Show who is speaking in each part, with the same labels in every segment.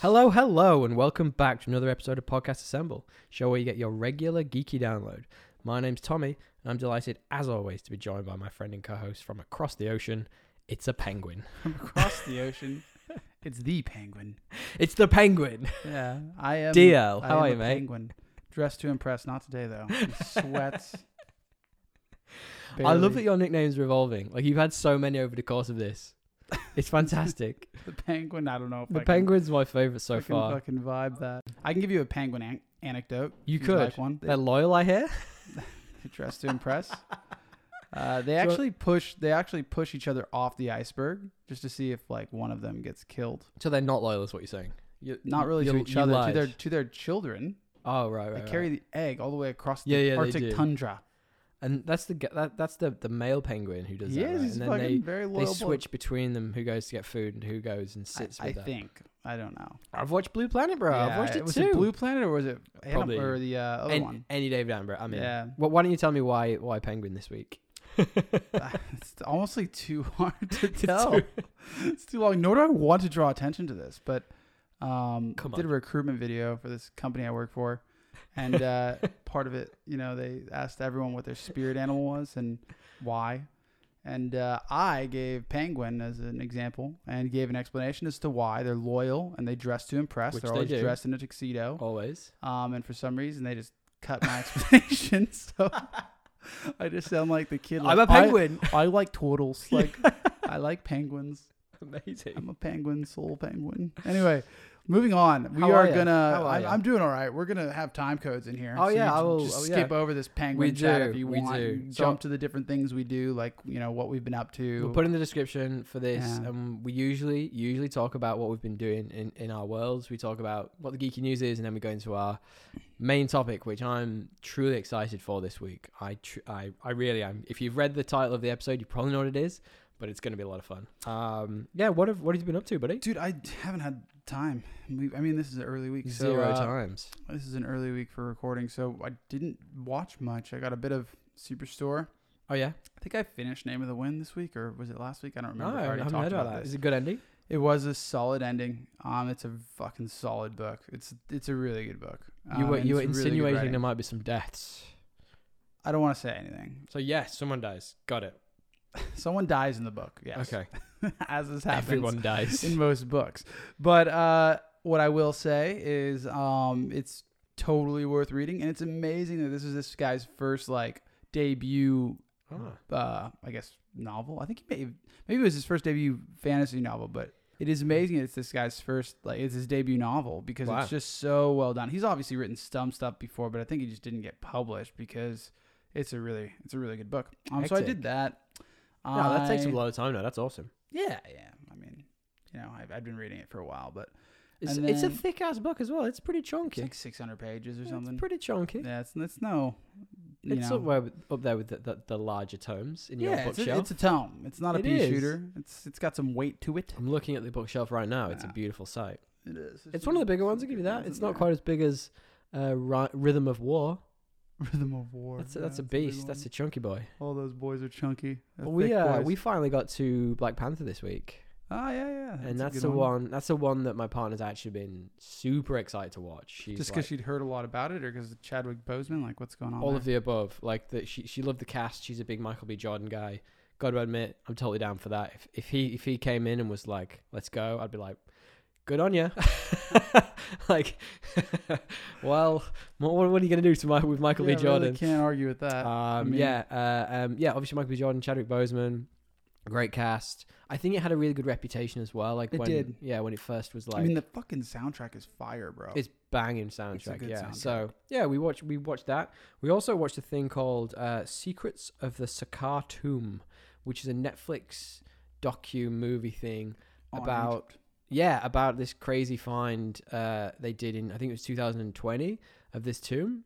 Speaker 1: Hello, hello, and welcome back to another episode of Podcast Assemble, show where you get your regular geeky download. My name's Tommy, and I'm delighted, as always, to be joined by my friend and co-host from across the ocean. It's a penguin.
Speaker 2: From across the ocean, it's the penguin.
Speaker 1: It's the penguin.
Speaker 2: Yeah, I am.
Speaker 1: DL,
Speaker 2: I
Speaker 1: how
Speaker 2: am
Speaker 1: are
Speaker 2: a
Speaker 1: you, mate?
Speaker 2: Penguin, dressed to impress. Not today though. He sweats.
Speaker 1: I love that
Speaker 2: Barely.
Speaker 1: your nickname's revolving. Like you've had so many over the course of this. It's fantastic.
Speaker 2: the penguin. I don't know if
Speaker 1: the
Speaker 2: I can,
Speaker 1: penguin's my favorite
Speaker 2: I
Speaker 1: so
Speaker 2: can
Speaker 1: far.
Speaker 2: fucking vibe that. I can give you a penguin an- anecdote.
Speaker 1: You
Speaker 2: Would
Speaker 1: could.
Speaker 2: like one.
Speaker 1: They're loyal, I hear.
Speaker 2: dressed to impress. Uh, they
Speaker 1: So-
Speaker 2: actually push. They actually push each other off the iceberg just to see if like one of them gets killed.
Speaker 1: So they're not loyal, is what you're saying. You,
Speaker 2: Not
Speaker 1: you-
Speaker 2: really
Speaker 1: you-
Speaker 2: to each
Speaker 1: you
Speaker 2: other. To
Speaker 1: lied.
Speaker 2: their to their children.
Speaker 1: oh right, right,
Speaker 2: they
Speaker 1: right.
Speaker 2: carry the egg all the way across the
Speaker 1: Yeah, yeah, they do.
Speaker 2: Arctic tundra.
Speaker 1: and that's the g- that, that's the the male penguin who does
Speaker 2: He
Speaker 1: that.
Speaker 2: is.
Speaker 1: right?
Speaker 2: He's
Speaker 1: And then
Speaker 2: fucking
Speaker 1: they
Speaker 2: very
Speaker 1: they
Speaker 2: loyal. bloke.
Speaker 1: switch between them who goes to get food and who goes and
Speaker 2: I,
Speaker 1: sits
Speaker 2: I
Speaker 1: with them.
Speaker 2: think. I don't know.
Speaker 1: I've watched Blue Planet, bro. I've
Speaker 2: Yeah,
Speaker 1: watched it,
Speaker 2: was
Speaker 1: too.
Speaker 2: it Blue Planet or was it Anim-
Speaker 1: Probably.
Speaker 2: or the uh, other
Speaker 1: An-
Speaker 2: one?
Speaker 1: any David Attenborough. I mean,
Speaker 2: yeah,
Speaker 1: well, why don't you tell me why why penguin this week?
Speaker 2: it's honestly too hard to
Speaker 1: It's
Speaker 2: tell.
Speaker 1: too-
Speaker 2: it's too long. Nor do I want to draw attention to this, but um,
Speaker 1: Come
Speaker 2: did a
Speaker 1: on.
Speaker 2: recruitment video for this company I work for, and uh, part of it, you know, they asked everyone what their spirit animal was and why, and uh, I gave penguin as an example and gave an explanation as to why they're loyal and they dress to impress.
Speaker 1: Which
Speaker 2: they're
Speaker 1: they
Speaker 2: always
Speaker 1: do.
Speaker 2: dressed in a tuxedo,
Speaker 1: Always.
Speaker 2: um, and for some reason they just cut my explanation, so. I just sound like the kid. Like,
Speaker 1: I'm a
Speaker 2: "I-
Speaker 1: penguin.
Speaker 2: I like turtles. Like I like penguins.
Speaker 1: Amazing.
Speaker 2: I'm a penguin, soul penguin. Anyway, moving on. We
Speaker 1: How
Speaker 2: are,
Speaker 1: are ya?
Speaker 2: gonna.
Speaker 1: How are
Speaker 2: I'm,
Speaker 1: ya?
Speaker 2: I'm doing all right. We're gonna have time codes in here.
Speaker 1: Oh,
Speaker 2: you
Speaker 1: yeah,
Speaker 2: can
Speaker 1: I will-
Speaker 2: Just
Speaker 1: oh, yeah.
Speaker 2: skip over this penguin
Speaker 1: We
Speaker 2: chat
Speaker 1: do,
Speaker 2: if you
Speaker 1: we
Speaker 2: want.
Speaker 1: do.
Speaker 2: and
Speaker 1: So-
Speaker 2: Jump to the different things we do, like you know what we've been up to.
Speaker 1: We'll put in the description for this.
Speaker 2: Yeah.
Speaker 1: Um, we usually usually talk about what we've been doing in, in our worlds. We talk about what the geeky news is, and then we go into our main topic, which I'm truly excited for this week. I tr- I, I really am. If you've read the title of the episode, you probably know what it is, but it's going to be a lot of fun. Um, yeah. What have what have you been up to, buddy?
Speaker 2: Dude, I haven't had time. We, I mean, this is an early week. So,
Speaker 1: Zero
Speaker 2: uh,
Speaker 1: times.
Speaker 2: This is an early week for recording, so I didn't watch much. I got a bit of Superstore.
Speaker 1: Oh yeah.
Speaker 2: I think I finished Name of the Wind this week, or was it last week? I don't
Speaker 1: No,
Speaker 2: remember.
Speaker 1: I
Speaker 2: if already
Speaker 1: haven't heard
Speaker 2: talked
Speaker 1: about that. Is
Speaker 2: this.
Speaker 1: it a good ending?
Speaker 2: It was a solid ending. Um, it's a fucking solid book. It's it's a really good book.
Speaker 1: you
Speaker 2: Um,
Speaker 1: were
Speaker 2: and
Speaker 1: you were
Speaker 2: it's really good
Speaker 1: insinuating
Speaker 2: writing.
Speaker 1: there might be some deaths.
Speaker 2: I don't want to say anything.
Speaker 1: So yes, someone dies. Got it.
Speaker 2: Someone dies in the book. Yes.
Speaker 1: Okay.
Speaker 2: As this happens
Speaker 1: Everyone dies.
Speaker 2: in most books. But uh, what I will say is, um, it's totally worth reading, and it's amazing that this is this guy's first like debut
Speaker 1: Ah.
Speaker 2: uh, I guess novel. I think he may maybe it was his first debut fantasy novel, but it is amazing. It's this guy's first like it's his debut novel because
Speaker 1: Wow.
Speaker 2: it's just so well done. He's obviously written some stuff before, but I think he just didn't get published because it's a really it's a really good book. Um, so I
Speaker 1: Hectic.
Speaker 2: did that.
Speaker 1: No, that takes a
Speaker 2: I-
Speaker 1: lot of time now. That's awesome.
Speaker 2: Yeah, yeah. I mean, you know, I've, I've been reading it for a while, but
Speaker 1: It's,
Speaker 2: And
Speaker 1: it's a
Speaker 2: then-
Speaker 1: thick ass book as well. It's pretty
Speaker 2: it's
Speaker 1: chunky.
Speaker 2: like 600 pages or something.
Speaker 1: It's pretty chunky.
Speaker 2: yeah, it's, it's no. You
Speaker 1: it's
Speaker 2: know,
Speaker 1: up, where, up there with the, the, the larger tomes in your
Speaker 2: yeah, it's a,
Speaker 1: bookshelf.
Speaker 2: it's a tome. It's not a
Speaker 1: It
Speaker 2: pea
Speaker 1: is.
Speaker 2: shooter. It's it's got some weight to it.
Speaker 1: I'm looking at the bookshelf right now. It's a
Speaker 2: Yeah.
Speaker 1: beautiful sight.
Speaker 2: It is.
Speaker 1: It's one of the bigger ones. I'll give you that. It's not quite as big as uh, ri- Rhythm of War.
Speaker 2: Rhythm of War.
Speaker 1: That's a, that's a beast. That's a chunky boy.
Speaker 2: all those boys are chunky.
Speaker 1: But we uh, we finally got to Black Panther this week,
Speaker 2: oh yeah yeah,
Speaker 1: and that's the one. That's the one that my partner's actually been super excited to watch. She's
Speaker 2: Just
Speaker 1: like-
Speaker 2: because she'd heard a lot about it, or because Chadwick Boseman, like what's going on?
Speaker 1: all of the above. Like that, she she loved the cast. She's a big Michael B. Jordan guy. Got to admit, I'm totally down for that. If if he if he came in and was like, "Let's go," I'd be like, "Good on you." like, well, what, what are you gonna do to my with Michael B. Jordan?
Speaker 2: can't argue with that.
Speaker 1: um,
Speaker 2: Uh, mean-
Speaker 1: yeah, uh, um, yeah. Obviously, Michael B. Jordan, Chadwick Boseman, great cast. I think it had a really good reputation as well. Like
Speaker 2: It
Speaker 1: when,
Speaker 2: did.
Speaker 1: yeah, when it first was like,
Speaker 2: I mean, the fucking soundtrack is fire, bro.
Speaker 1: it's banging
Speaker 2: a
Speaker 1: soundtrack,
Speaker 2: good
Speaker 1: yeah.
Speaker 2: soundtrack.
Speaker 1: So yeah, we watched we watched that. We also watched a thing called uh, Secrets of the Sakar Tomb, which is a Netflix docu movie thing
Speaker 2: on
Speaker 1: about
Speaker 2: Egypt.
Speaker 1: yeah about this crazy find uh, they did in I think it was 2020 of this tomb.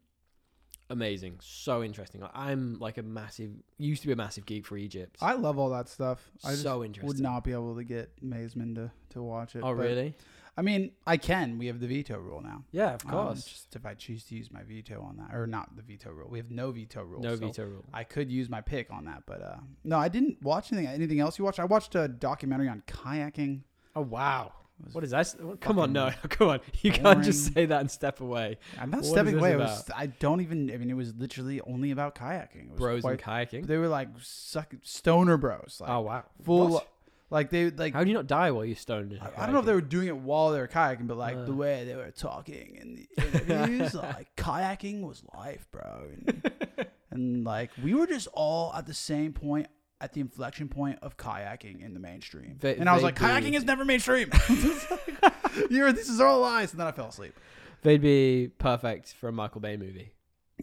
Speaker 1: Amazing, so interesting. Like, I'm like a massive used to be a massive geek for Egypt.
Speaker 2: I love all that stuff. I just
Speaker 1: so
Speaker 2: would
Speaker 1: interesting.
Speaker 2: not be able to get Mazeman to to watch it.
Speaker 1: oh
Speaker 2: but-
Speaker 1: really?
Speaker 2: I mean, I can. We have the veto rule now.
Speaker 1: Yeah, of
Speaker 2: Um,
Speaker 1: course.
Speaker 2: just if I choose to use my veto on that, or not the veto rule. We have no veto rule.
Speaker 1: no
Speaker 2: so
Speaker 1: veto rule.
Speaker 2: I could use my pick on that, but uh, no, I didn't watch anything. Anything else you watched? I watched a documentary on kayaking.
Speaker 1: Oh wow.
Speaker 2: was-
Speaker 1: What is that? Come on, no,
Speaker 2: fucking
Speaker 1: come on. You can't just say that and step away.
Speaker 2: I'm not
Speaker 1: What is
Speaker 2: stepping
Speaker 1: this
Speaker 2: away. It was, I don't even. I mean, it was literally only about kayaking. It was
Speaker 1: Bros
Speaker 2: quite-
Speaker 1: and kayaking.
Speaker 2: they were like suck, stoner bros, like
Speaker 1: oh wow.
Speaker 2: full,
Speaker 1: What?
Speaker 2: like they like.
Speaker 1: How do you not die while you're stoned? in
Speaker 2: I, I don't know if they
Speaker 1: kayaking?
Speaker 2: were doing it while they were kayaking, but like the
Speaker 1: Uh.
Speaker 2: way they were talking in the interviews, like kayaking was life, bro. And, and like we were just all at the same point, at the inflection point of kayaking in the mainstream.
Speaker 1: They-
Speaker 2: and I was
Speaker 1: they
Speaker 2: like,
Speaker 1: do.
Speaker 2: kayaking is never mainstream. It's like, You're this is all lies. And then I fell asleep.
Speaker 1: They'd be perfect for a Michael Bay movie.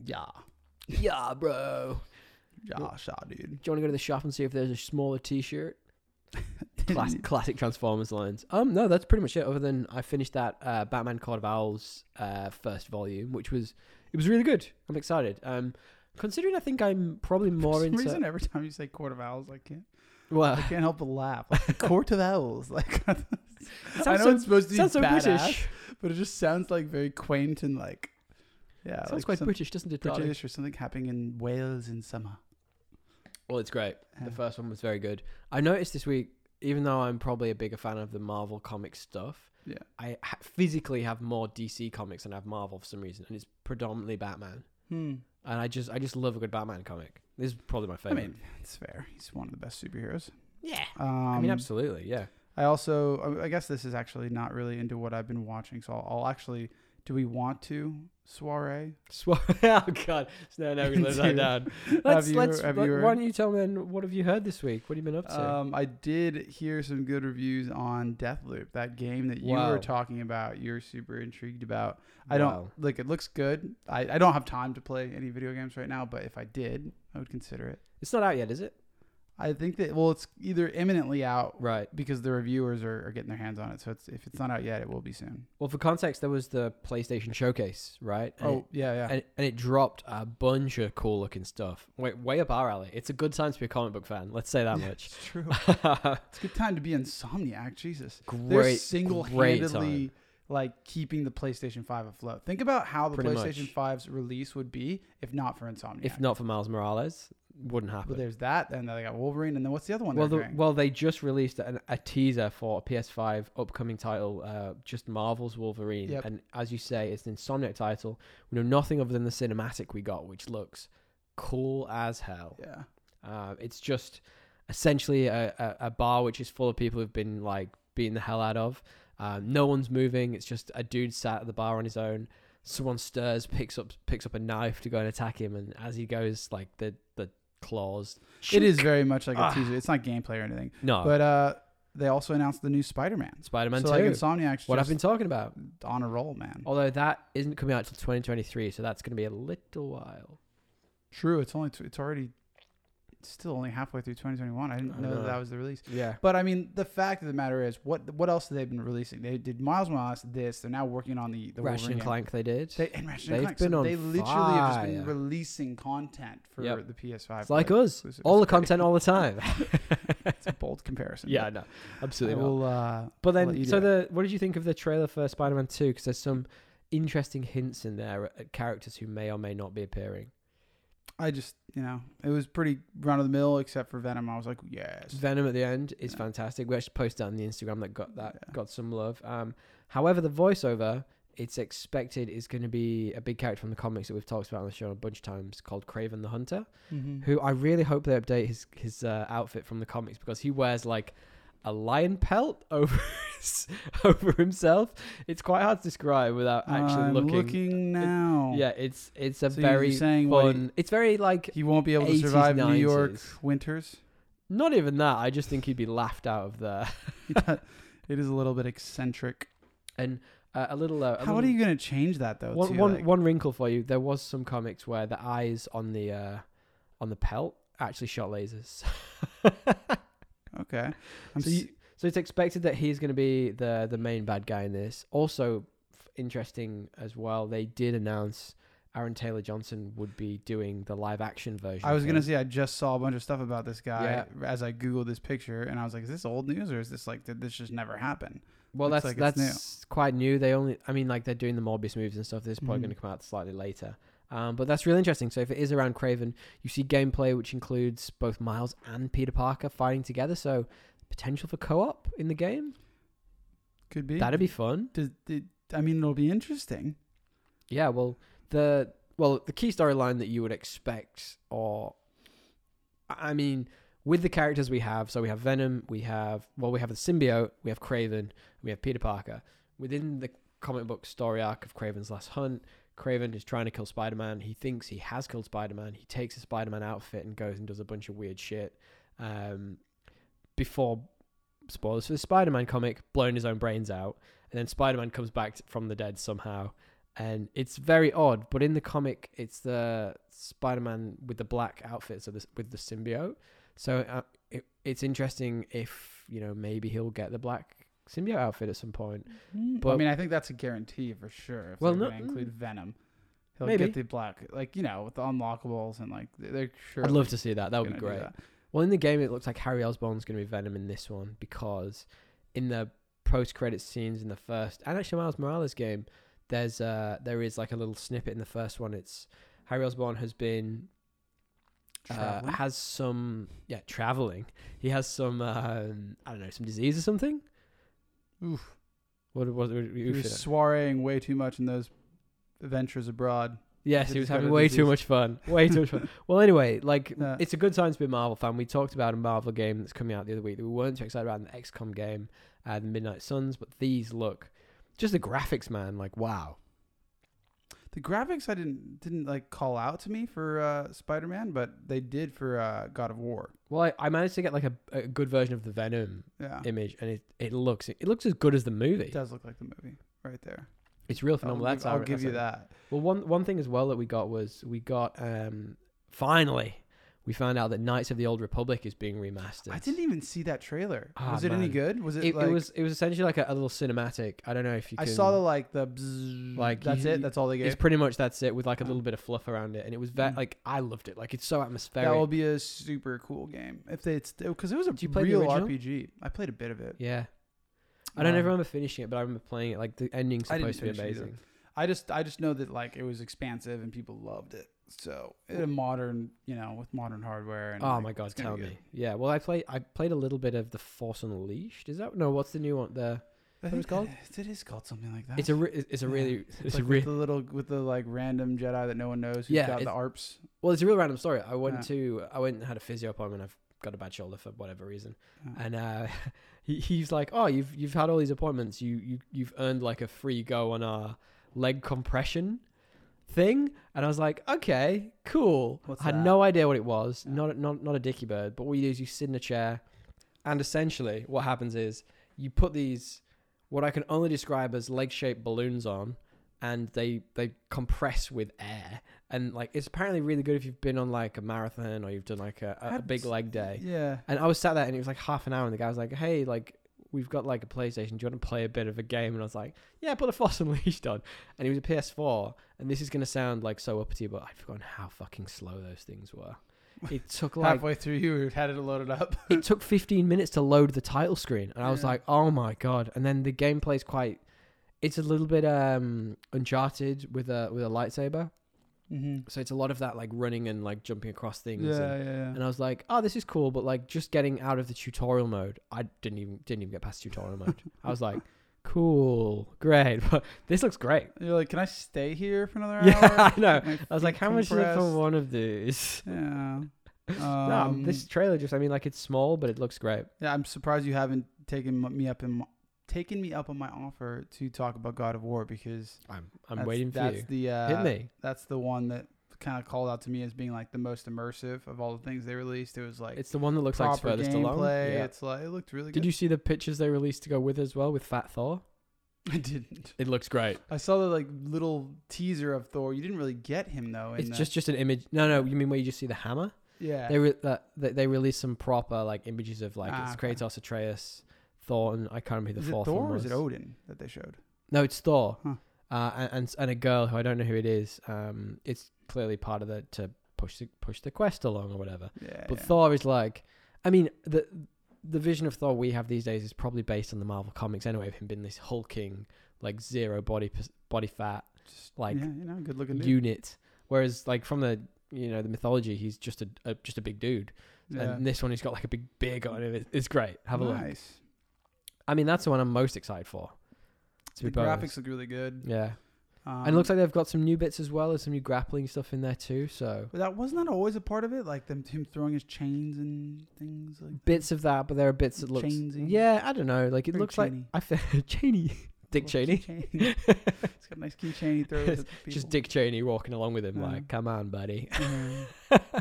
Speaker 2: Yeah,
Speaker 1: Yeah, bro.
Speaker 2: yeah, sure, ah, dude.
Speaker 1: Do you want to go to the shop and see if there's a smaller T-shirt? Classic, classic Transformers lines. Um, no, that's pretty much it. Other than I finished that uh, Batman Court of Owls uh, first volume, which was it was really good. I'm excited. Um, considering I think I'm probably more
Speaker 2: For some
Speaker 1: into
Speaker 2: reason, every time you say court of owls, I can't, I
Speaker 1: well,
Speaker 2: can't help but laugh. Like, court of owls, like I know
Speaker 1: sounds so-
Speaker 2: it's supposed to be
Speaker 1: sounds so
Speaker 2: badass,
Speaker 1: British.
Speaker 2: but it just sounds like very quaint and like, yeah,
Speaker 1: Sounds
Speaker 2: like
Speaker 1: quite
Speaker 2: some
Speaker 1: British, doesn't it? darling?
Speaker 2: British or something happening in Wales in summer.
Speaker 1: Well, it's great.
Speaker 2: Yeah.
Speaker 1: The first one was very good. I noticed this week, even though I'm probably a bigger fan of the Marvel comic stuff,
Speaker 2: Yeah.
Speaker 1: I ha- physically have more DC comics than I have Marvel for some reason, and it's predominantly Batman.
Speaker 2: Hmm.
Speaker 1: And I just, I just love a good Batman comic. This is probably my
Speaker 2: I
Speaker 1: favorite.
Speaker 2: mean, it's fair. He's one of the best superheroes.
Speaker 1: yeah.
Speaker 2: Um,
Speaker 1: I mean, absolutely, yeah.
Speaker 2: I also, I- I guess this is actually not really into what I've been watching, so I'll, I'll actually. Do we want to soiree?
Speaker 1: Swa- oh God, no, no, we can let that
Speaker 2: Dude.
Speaker 1: down. Let's,
Speaker 2: you-
Speaker 1: let's.
Speaker 2: have
Speaker 1: let-
Speaker 2: you-
Speaker 1: why don't you tell me then? What have you heard this week? What have you been up to?
Speaker 2: Um, I did hear some good reviews on Deathloop, that game that you
Speaker 1: Wow.
Speaker 2: were talking about. You're super intrigued about. I don't
Speaker 1: Wow.
Speaker 2: look. It looks good. I, I don't have time to play any video games right now, but if I did, I would consider it.
Speaker 1: It's not out yet, is it?
Speaker 2: I think that well, it's either imminently out
Speaker 1: Right.
Speaker 2: because the reviewers are, are getting their hands on it. So it's, if it's not out yet, it will be soon.
Speaker 1: Well, for context, there was the PlayStation Showcase, right? And
Speaker 2: Oh yeah, yeah.
Speaker 1: and, and it dropped a bunch of cool looking stuff. Wait, way up our alley. It's a good time to be a comic book fan. Let's say that much.
Speaker 2: It's true. It's a good time to be insomniac. Jesus, they're
Speaker 1: great, great
Speaker 2: single-handedly like keeping the PlayStation Five afloat. Think about how the
Speaker 1: Pretty much.
Speaker 2: PlayStation 5's release would be if not for Insomniac.
Speaker 1: If not for Miles Morales, wouldn't
Speaker 2: But
Speaker 1: happen.
Speaker 2: there's that, and then they got Wolverine, and then what's the other one?
Speaker 1: Well,
Speaker 2: they're
Speaker 1: the,
Speaker 2: doing?
Speaker 1: well, they just released an, a teaser for a PS5 upcoming title, uh, just Marvel's Wolverine.
Speaker 2: Yep.
Speaker 1: And as you say, it's an Insomniac title. We know nothing other than the cinematic we got, which looks cool as hell.
Speaker 2: yeah,
Speaker 1: Uh, it's just essentially a, a, a bar which is full of people who've been like beaten the hell out of. Um, no one's moving. It's just a dude sat at the bar on his own. Someone stirs, picks up picks up a knife to go and attack him, and as he goes, like the the claws.
Speaker 2: it is very much like a
Speaker 1: Ah.
Speaker 2: teaser. It's not gameplay or anything,
Speaker 1: no
Speaker 2: but uh, they also announced the new Spider-Man.
Speaker 1: Spider Man
Speaker 2: so
Speaker 1: Two.
Speaker 2: like Insomniac's
Speaker 1: what I've
Speaker 2: just
Speaker 1: been talking about.
Speaker 2: on a roll, man.
Speaker 1: Although that isn't coming out till 2023, so that's going to be a little while.
Speaker 2: True, it's only t- it's already it's still only halfway through 2021. I didn't
Speaker 1: I
Speaker 2: know, that
Speaker 1: know.
Speaker 2: that was the release.
Speaker 1: Yeah.
Speaker 2: But I mean, the fact of the matter is, what what else have they been releasing? They did Miles Morales this. They're now working on the the
Speaker 1: Ratchet
Speaker 2: Wolverine
Speaker 1: and
Speaker 2: game.
Speaker 1: Clank they did.
Speaker 2: They, and Ratchet and
Speaker 1: They've
Speaker 2: Clank. So
Speaker 1: been on
Speaker 2: they literally have just been
Speaker 1: fire.
Speaker 2: releasing content for
Speaker 1: Yep.
Speaker 2: the PS5.
Speaker 1: it's like us.
Speaker 2: exclusive.
Speaker 1: All the
Speaker 2: It's great.
Speaker 1: content all the time.
Speaker 2: It's a bold comparison.
Speaker 1: yeah,
Speaker 2: but
Speaker 1: no.
Speaker 2: I
Speaker 1: Absolutely not.
Speaker 2: will, uh,
Speaker 1: But
Speaker 2: let
Speaker 1: then,
Speaker 2: you
Speaker 1: so
Speaker 2: do
Speaker 1: the what did you think of the trailer for Spider-Man Two? Because there's some interesting hints in there at- at characters who may or may not be appearing.
Speaker 2: I just you know it was pretty run of the mill except for Venom. I was like, yes.
Speaker 1: Venom at the end is
Speaker 2: Yeah.
Speaker 1: fantastic. We actually posted on the Instagram that got that
Speaker 2: Yeah.
Speaker 1: got some love. Um, however, the voiceover it's expected is going to be a big character from the comics that we've talked about on the show a bunch of times called Craven the Hunter.
Speaker 2: Mhm.
Speaker 1: Who I really hope they update his his uh, outfit from the comics because he wears like a lion pelt over his, over himself. It's quite hard to describe without actually
Speaker 2: I'm
Speaker 1: looking
Speaker 2: now.
Speaker 1: Yeah, it's it's a
Speaker 2: So you're
Speaker 1: very
Speaker 2: saying what he-
Speaker 1: fun. It's very like
Speaker 2: He won't be able to
Speaker 1: 80s,
Speaker 2: survive New York
Speaker 1: 90s.
Speaker 2: winters.
Speaker 1: not even that. I just think he'd be laughed out of there.
Speaker 2: He does- it is a little bit eccentric.
Speaker 1: And uh, a little. Uh, a
Speaker 2: How are
Speaker 1: little-
Speaker 2: you going to change that though?
Speaker 1: One,
Speaker 2: too?
Speaker 1: one,
Speaker 2: Like,
Speaker 1: one wrinkle for you. There was some comics where the eyes on the uh, on the pelt actually shot lasers.
Speaker 2: okay. I'm
Speaker 1: so,
Speaker 2: s-
Speaker 1: you, so it's expected that he's going to be the the main bad guy in this. Also f- interesting as well. They did announce Aaron Taylor Johnson would be doing the live action version.
Speaker 2: I was
Speaker 1: going
Speaker 2: gonna say I just saw a bunch of stuff about this guy
Speaker 1: Yeah.
Speaker 2: as I googled this picture, and I was like, "Is this old news or is this like did this just never happen?"
Speaker 1: Well,
Speaker 2: Looks
Speaker 1: that's
Speaker 2: like it's new.
Speaker 1: that's quite new. They only, I mean, like they're doing the Morbius movies and stuff. This is probably
Speaker 2: Mhm.
Speaker 1: going to come out slightly later. Um, but that's really interesting. So if it is around Craven, you see gameplay which includes both Miles and Peter Parker fighting together. So potential for co-op in the game.
Speaker 2: Could be.
Speaker 1: That'd be fun.
Speaker 2: Does- did- I mean, it'll be interesting.
Speaker 1: Yeah. Well, the well the key storyline that you would expect, or I I mean, with the characters we have, so we have Venom, we have well, we have the symbiote, we have Craven, we have Peter Parker. Within the comic book story arc of Craven's Last Hunt, Craven is trying to kill Spider Man. He thinks he has killed Spider Man. He takes a Spider Man outfit and goes and does a bunch of weird shit. Um, before spoilers for the Spider Man comic, blowing his own brains out, and then Spider Man comes back t- from the dead somehow, and it's very odd. But in the comic, it's the Spider Man with the black outfit, so this with the symbiote. So uh, it, it's interesting if you know maybe he'll get the black symbiote outfit at some point.
Speaker 2: I
Speaker 1: But-
Speaker 2: mean, I think that's a guarantee for sure. If
Speaker 1: Hmm. Well,
Speaker 2: they're
Speaker 1: no- mm.
Speaker 2: gonna include Venom, he'll
Speaker 1: Maybe.
Speaker 2: get the black, like you know, with the unlockables and like they're sure.
Speaker 1: I'd love to see that. That would be great.
Speaker 2: That.
Speaker 1: Well, in the game, it looks like Harry Osborn's going to be Venom in this one because in the post-credit scenes in the first and actually Miles Morales game, there's uh there is like a little snippet in the first one. It's Harry Osborn has been uh,
Speaker 2: Traveling.
Speaker 1: has some yeah traveling. He has some um, I don't know some disease or something.
Speaker 2: Oof.
Speaker 1: What was
Speaker 2: he was soireeing way too much in those adventures abroad.
Speaker 1: Yes,
Speaker 2: Did
Speaker 1: he
Speaker 2: he
Speaker 1: was
Speaker 2: go
Speaker 1: having
Speaker 2: to
Speaker 1: way too
Speaker 2: disease?
Speaker 1: much fun. Way too much fun. Well, anyway, like
Speaker 2: Yeah.
Speaker 1: it's a good time to be a Marvel fan. We talked about a Marvel game that's coming out the other week that we weren't too excited about, the XCOM game, uh, the Midnight Suns, but these look just the graphics, man. Like wow,
Speaker 2: The graphics I didn't didn't like call out to me for uh, Spider Man, but they did for uh, God of War.
Speaker 1: well, I, I managed to get like a, a good version of the Venom
Speaker 2: Yeah,
Speaker 1: image, and it, it looks it looks as good as the
Speaker 2: Ah. it
Speaker 1: movie.
Speaker 2: does look like the movie right there.
Speaker 1: It's real
Speaker 2: I'll,
Speaker 1: phenomenal.
Speaker 2: give-
Speaker 1: that's
Speaker 2: I'll
Speaker 1: how-
Speaker 2: give
Speaker 1: that's
Speaker 2: you
Speaker 1: how-
Speaker 2: that.
Speaker 1: Well, one one thing as well that we got was we got um finally we found out that Knights of the Old Republic is being remastered.
Speaker 2: I didn't even see that trailer.
Speaker 1: Ah,
Speaker 2: was it any
Speaker 1: man.
Speaker 2: good? Was it?
Speaker 1: It, it
Speaker 2: like,
Speaker 1: was it was essentially like a, a little cinematic. I don't know if you.
Speaker 2: I
Speaker 1: Can,
Speaker 2: saw the like the bzzz,
Speaker 1: Like,
Speaker 2: that's
Speaker 1: you-
Speaker 2: it. That's all they
Speaker 1: It's
Speaker 2: gave.
Speaker 1: pretty much that's it with like a
Speaker 2: Oh.
Speaker 1: little bit of fluff around it, and it was ve-
Speaker 2: Mm.
Speaker 1: like I loved it. Like it's so atmospheric.
Speaker 2: That will be a super cool game if they, it's because it was a
Speaker 1: Did you play the
Speaker 2: real
Speaker 1: original?
Speaker 2: RPG. I played a bit of it.
Speaker 1: yeah, I don't
Speaker 2: Um,
Speaker 1: ever remember finishing it, but I remember playing it. Like the ending's
Speaker 2: I didn't
Speaker 1: supposed to be
Speaker 2: finish it either.
Speaker 1: amazing.
Speaker 2: I just I just know that like it was expansive and people loved it. So in a modern, you know, with modern hardware. And,
Speaker 1: oh
Speaker 2: like,
Speaker 1: my god,
Speaker 2: it's gonna
Speaker 1: tell
Speaker 2: be
Speaker 1: me.
Speaker 2: good.
Speaker 1: Yeah, well I play I played a little bit of the Force Unleashed. Is that no? What's the new one? The
Speaker 2: I
Speaker 1: What
Speaker 2: think
Speaker 1: it's called?
Speaker 2: that- It is called something like that.
Speaker 1: it's a re- it's it's a
Speaker 2: Uh, Yeah.
Speaker 1: really it's
Speaker 2: like
Speaker 1: a
Speaker 2: with
Speaker 1: really
Speaker 2: the little with the like random Jedi that no one knows who's
Speaker 1: Yeah,
Speaker 2: got the
Speaker 1: it's-
Speaker 2: arps.
Speaker 1: Well, it's a real random story. I went
Speaker 2: Yeah.
Speaker 1: to I went and had a physio appointment. I've got a bad shoulder for whatever reason,
Speaker 2: Yeah.
Speaker 1: and uh, he, he's like, "Oh, you've you've had all these appointments. You you you've earned like a free go on our leg compression thing." And I was like, "Okay, cool."
Speaker 2: What's
Speaker 1: I had
Speaker 2: that?
Speaker 1: no idea what it was.
Speaker 2: Yeah.
Speaker 1: Not not not a dicky bird. But what you do is you sit in a chair, and essentially what happens is you put these what I can only describe as leg shaped balloons on, and they they compress with air. And like it's apparently really good if you've been on like a marathon or you've done like a, a- a
Speaker 2: Had
Speaker 1: big
Speaker 2: s-
Speaker 1: leg day.
Speaker 2: Yeah.
Speaker 1: And I was sat there and it was like half an hour and the guy was like, Hey, like we've got like a PlayStation, do you want to play a bit of a game? And I was like, Yeah, put a Force Unleashed on and it was a PS4 and this is gonna sound like so uppity, but I'd forgotten how fucking slow those things were. It took like
Speaker 2: Halfway through you had it loaded up.
Speaker 1: it took 15 minutes to load the title screen and i was
Speaker 2: Yeah.
Speaker 1: like oh my god and then the gameplay's quite it's a little bit um uncharted with a with a lightsaber
Speaker 2: mm-hmm.
Speaker 1: so it's a lot of that like running and like jumping across things
Speaker 2: Yeah,
Speaker 1: and,
Speaker 2: yeah, yeah.
Speaker 1: and i was like oh this is cool but like just getting out of the tutorial mode i didn't even didn't even get past tutorial mode i was like cool great but this looks great
Speaker 2: You're like, can I stay here for another
Speaker 1: Yeah,
Speaker 2: hour?
Speaker 1: I know.
Speaker 2: Get my
Speaker 1: i was like
Speaker 2: feet
Speaker 1: how much is it for
Speaker 2: compressed."
Speaker 1: one of these
Speaker 2: Yeah.
Speaker 1: No,
Speaker 2: Um,
Speaker 1: this trailer just i mean like it's small but it looks great
Speaker 2: Yeah, I'm surprised you haven't taken m- me up in m- taken me up on my offer to talk about God of War because
Speaker 1: i'm i'm
Speaker 2: that's,
Speaker 1: waiting for
Speaker 2: that's
Speaker 1: you
Speaker 2: the uh,
Speaker 1: hit me
Speaker 2: that's the one that kind of called out to me as being like the most immersive of all the things they released. It was like
Speaker 1: it's the one that looks like it's
Speaker 2: proper
Speaker 1: furthest along.
Speaker 2: gameplay.
Speaker 1: Yeah.
Speaker 2: It's like it looked really
Speaker 1: Did
Speaker 2: good.
Speaker 1: you see the pictures they released to go with as well with Fat Thor?
Speaker 2: I didn't.
Speaker 1: It looks great.
Speaker 2: I saw the like little teaser of Thor. You didn't really get him though. In
Speaker 1: It's
Speaker 2: the,
Speaker 1: just just an image. No, no, you mean where you just see the hammer?
Speaker 2: yeah.
Speaker 1: They re- that they, they released some proper like images of like
Speaker 2: Ah,
Speaker 1: it's
Speaker 2: okay.
Speaker 1: Kratos, Atreus, Thor, and I can't remember who
Speaker 2: is
Speaker 1: the
Speaker 2: it
Speaker 1: fourth
Speaker 2: Thor
Speaker 1: one
Speaker 2: or
Speaker 1: was.
Speaker 2: is it Odin that they showed?
Speaker 1: No, it's Thor,
Speaker 2: Huh.
Speaker 1: uh, and, and and a girl who I don't know who it is. Um, it's clearly part of the to push the push the quest along or whatever.
Speaker 2: Yeah.
Speaker 1: But
Speaker 2: yeah.
Speaker 1: Thor is like, I mean the. The vision of Thor we have these days is probably based on the Marvel comics anyway, of him being this hulking, like zero body pers- body fat,
Speaker 2: Just,
Speaker 1: like,
Speaker 2: yeah, you know, good looking dude.
Speaker 1: unit. Whereas like from the you know the mythology, he's just a, a just a big dude,
Speaker 2: yeah.
Speaker 1: and this one he's got like a big beard on him. It- It's great. Have a look.
Speaker 2: nice.
Speaker 1: I mean, that's the one I'm most excited for. To
Speaker 2: The
Speaker 1: be honest.
Speaker 2: graphics look really good.
Speaker 1: Yeah.
Speaker 2: Um,
Speaker 1: and it looks like they've got some new bits as well. There's some new grappling stuff in there too. So
Speaker 2: But that wasn't that always a part of it, like them him throwing his chains and things like.
Speaker 1: bits of that, but there are bits that look.
Speaker 2: Chainsy.
Speaker 1: Yeah, I don't know. Like it
Speaker 2: Very
Speaker 1: looks
Speaker 2: chainy.
Speaker 1: like I feel Cheney, Dick Cheney,
Speaker 2: Little keychain. He's got a nice keychain he throws at people.
Speaker 1: just Dick Cheney walking along with him.
Speaker 2: Yeah.
Speaker 1: Like, come on, buddy.
Speaker 2: Yeah.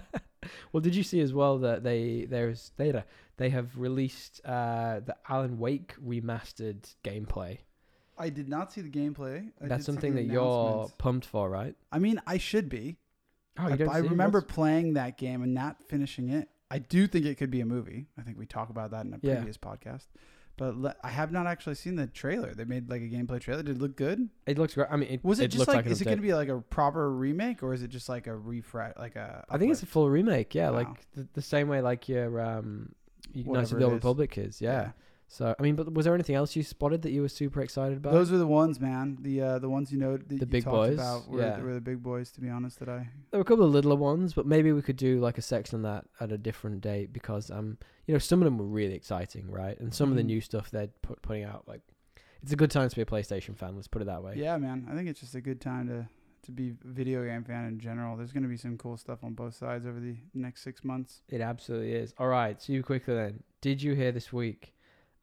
Speaker 1: well, did you see as well that they there's they they have released uh, the Alan Wake remastered gameplay.
Speaker 2: I did not see the gameplay. I did
Speaker 1: That's
Speaker 2: see the
Speaker 1: something that you're
Speaker 2: announcements.
Speaker 1: pumped for, right?
Speaker 2: I mean, I should be.
Speaker 1: Oh,
Speaker 2: I, I remember playing that game and not finishing it. I do think it could be a movie. I think we talked about that in a
Speaker 1: Yeah.
Speaker 2: previous podcast. But le- I have not actually seen the trailer. They made like a gameplay trailer. Did it look good?
Speaker 1: It looks great. I mean, it
Speaker 2: Was it, just
Speaker 1: looks
Speaker 2: like,
Speaker 1: like, an
Speaker 2: is it going
Speaker 1: update.
Speaker 2: to be like a proper remake or is it just like a refresh? Like a.
Speaker 1: I think it's a full remake. Yeah,
Speaker 2: Wow.
Speaker 1: like the, the same way like your um, Knights
Speaker 2: Whatever
Speaker 1: of the
Speaker 2: it
Speaker 1: Old
Speaker 2: is.
Speaker 1: Republic is. Yeah. So I mean, but was there anything else you spotted that you were super excited about?
Speaker 2: Those are the ones, man. The uh, the ones you know that you
Speaker 1: big
Speaker 2: talked
Speaker 1: boys,
Speaker 2: about were,
Speaker 1: yeah.
Speaker 2: were the big boys. To be honest, that I
Speaker 1: there were a couple of littler ones, but maybe we could do like a section on that at a different date because um, you know, some of them were really exciting, right? And some of the
Speaker 2: Mhm.
Speaker 1: new stuff they're put, putting out, like, it's a good time to be a PlayStation fan. Let's put it that way.
Speaker 2: Yeah, man. I think it's just a good time to to be a video game fan in general. There's going to be some cool stuff on both sides over the next six months.
Speaker 1: It absolutely is. All right, so you quickly then. Did you hear this week?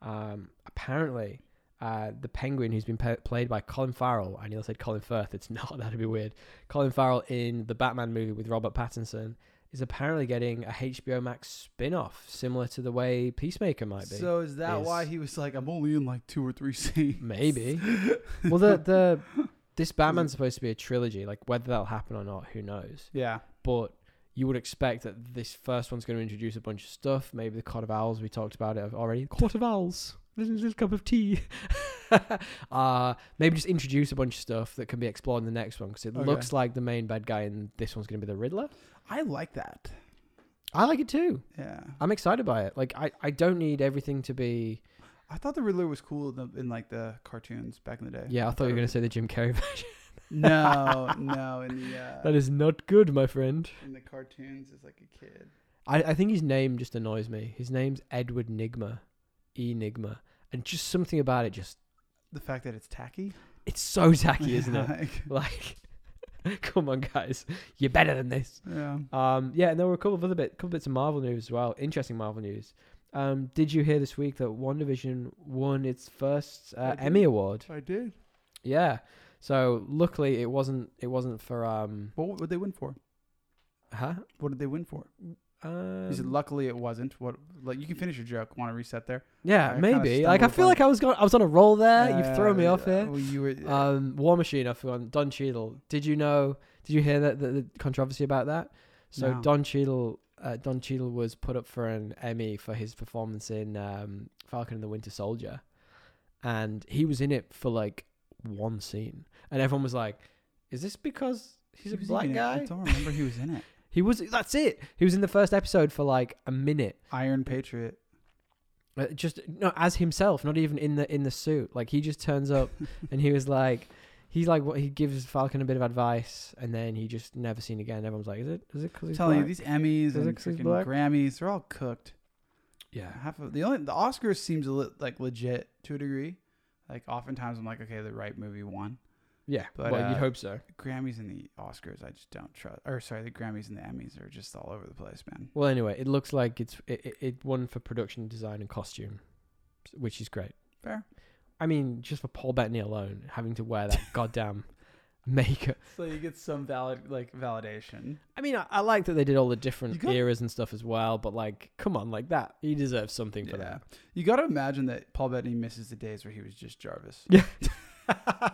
Speaker 1: Um, apparently, uh, the Penguin, who's been pa- played by Colin Farrell, I nearly said Colin Firth. It's not. That'd be weird. Colin Farrell in the Batman movie with Robert Pattinson is apparently getting a HBO Max spin-off, similar to the way Peacemaker might be.
Speaker 2: So is that why
Speaker 1: Is-
Speaker 2: he was like, I'm only in like two or three scenes?
Speaker 1: Maybe. well, the the this Batman's supposed to be a trilogy. Like whether that'll happen or not, who knows?
Speaker 2: Yeah.
Speaker 1: but you would expect that this first one's going to introduce a bunch of stuff. Maybe the Cod of Owls, we talked about it already. Cod of Owls, little, little cup of tea. uh, maybe just introduce a bunch of stuff that can be explored in the next one because it
Speaker 2: Okay.
Speaker 1: looks like the main bad guy in this one's going to be the Riddler.
Speaker 2: I like that.
Speaker 1: I like it too.
Speaker 2: Yeah.
Speaker 1: I'm excited by it. Like, I, I don't need everything to be.
Speaker 2: I thought the Riddler was cool in, the, in like the cartoons back in the day.
Speaker 1: Yeah, I thought you were going to say the Jim Carrey.
Speaker 2: No, no. In the uh,
Speaker 1: that is not good, my friend.
Speaker 2: in the cartoons, it's like a kid.
Speaker 1: I, I think his name just annoys me. His name's Edward Nigma, Enigma. And just something about it just
Speaker 2: The fact that it's tacky,
Speaker 1: it's so tacky, isn't it?
Speaker 2: Like,
Speaker 1: Like, come on, guys, you're better than this.
Speaker 2: yeah.
Speaker 1: Um, yeah, and there were a couple of other bit, couple bits of Marvel news as well. Interesting Marvel news. Um, did you hear this week that WandaVision won its first
Speaker 2: I
Speaker 1: uh,
Speaker 2: did.
Speaker 1: Emmy award?
Speaker 2: I did.
Speaker 1: Yeah. So luckily, it wasn't. It wasn't for um.
Speaker 2: Well, what did they win for?
Speaker 1: Huh.
Speaker 2: What did they win for?
Speaker 1: Um,
Speaker 2: You said, luckily it wasn't. What? Like you can finish your joke. Want to reset there? I
Speaker 1: yeah,
Speaker 2: kinda
Speaker 1: maybe. Like I
Speaker 2: stumbled
Speaker 1: feel
Speaker 2: on-
Speaker 1: like I was going. I was on a roll there.
Speaker 2: Uh,
Speaker 1: You've thrown me off here.
Speaker 2: well, you were. uh,
Speaker 1: Um, War Machine. I've forgotten. Don Cheadle. Did you know? Did you hear that the, the controversy about that? So
Speaker 2: No.
Speaker 1: Don Cheadle, uh, Don Cheadle was put up for an Emmy for his performance in um, Falcon and the Winter Soldier, and he was in it for like one scene, and everyone was like, "Is this because he's
Speaker 2: he
Speaker 1: a
Speaker 2: was
Speaker 1: black
Speaker 2: even in it.
Speaker 1: guy?"
Speaker 2: I don't remember he was in it.
Speaker 1: He was. That's it. He was in the first episode for like a minute,
Speaker 2: Iron Patriot.
Speaker 1: uh, just no as himself, not even in the in the suit. Like he just turns up and he was like he's like what he gives Falcon a bit of advice and then he just never seen again. Everyone's like, is it is it because
Speaker 2: I'm
Speaker 1: he's
Speaker 2: telling you,
Speaker 1: black?
Speaker 2: these Emmys
Speaker 1: Is it
Speaker 2: and
Speaker 1: 'cause he's
Speaker 2: freaking
Speaker 1: black?
Speaker 2: Grammys, they're all cooked.
Speaker 1: yeah.
Speaker 2: Half of the only the Oscars seems a li- like legit to a degree. Like oftentimes I'm like, okay, the right movie won.
Speaker 1: Yeah.
Speaker 2: But,
Speaker 1: well
Speaker 2: uh,
Speaker 1: you'd hope so.
Speaker 2: Grammys and the Oscars, I just don't trust. Or sorry, the Grammys and the Emmys are just all over the place, man.
Speaker 1: Well anyway, it looks like it's it, it, it won for production design and costume. Which is great.
Speaker 2: Fair.
Speaker 1: I mean, just for Paul Bettany alone, having to wear that goddamn makeup.
Speaker 2: So you get some valid like validation.
Speaker 1: I mean, I, I like that they did all the
Speaker 2: You
Speaker 1: different
Speaker 2: got-
Speaker 1: eras and stuff as well, but like, come on, like that. He deserves something for
Speaker 2: Yeah.
Speaker 1: that.
Speaker 2: You got to imagine that Paul Bettany misses the days where he was just Jarvis.
Speaker 1: Yeah.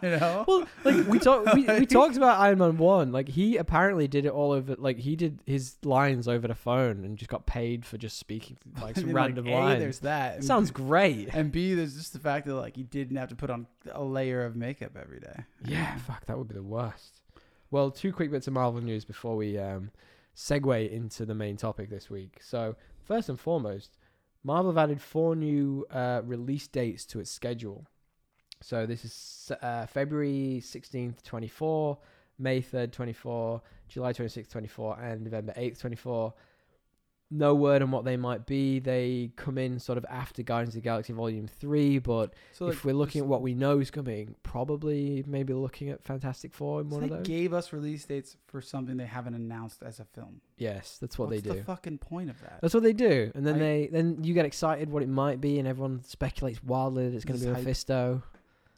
Speaker 2: you know.
Speaker 1: Well, like we talked, we, we
Speaker 2: Like-
Speaker 1: talked about Iron Man One. Like he apparently did it all over. Like he did his lines over the phone and just got paid for just speaking like
Speaker 2: I
Speaker 1: some
Speaker 2: mean,
Speaker 1: random
Speaker 2: like, A,
Speaker 1: lines.
Speaker 2: There's that. and
Speaker 1: Sounds
Speaker 2: B-
Speaker 1: great.
Speaker 2: And B, there's just the fact that like he didn't have to put on a layer of makeup every day.
Speaker 1: Yeah, fuck, that would be the worst. Well, two quick bits of Marvel news before we um, segue into the main topic this week. So, first and foremost, Marvel have added four new uh, release dates to its schedule. So, this is uh, February 16th, 24, May 3rd, 24, July 26th, 24, and November 8th, 24. no word on what they might be. They come in sort of after Guardians of the Galaxy Volume Three, but
Speaker 2: So
Speaker 1: if we're looking
Speaker 2: just-
Speaker 1: at what we know is coming, probably maybe looking at Fantastic Four in
Speaker 2: so
Speaker 1: one
Speaker 2: they
Speaker 1: of those.
Speaker 2: gave us release dates for something they haven't announced as a film.
Speaker 1: yes, that's what
Speaker 2: What's
Speaker 1: they do.
Speaker 2: the fucking point of that?
Speaker 1: that's what they do, and then
Speaker 2: I-
Speaker 1: they then you get excited what it might be, and everyone speculates wildly that it's going to
Speaker 2: This
Speaker 1: be
Speaker 2: hype.
Speaker 1: Mephisto.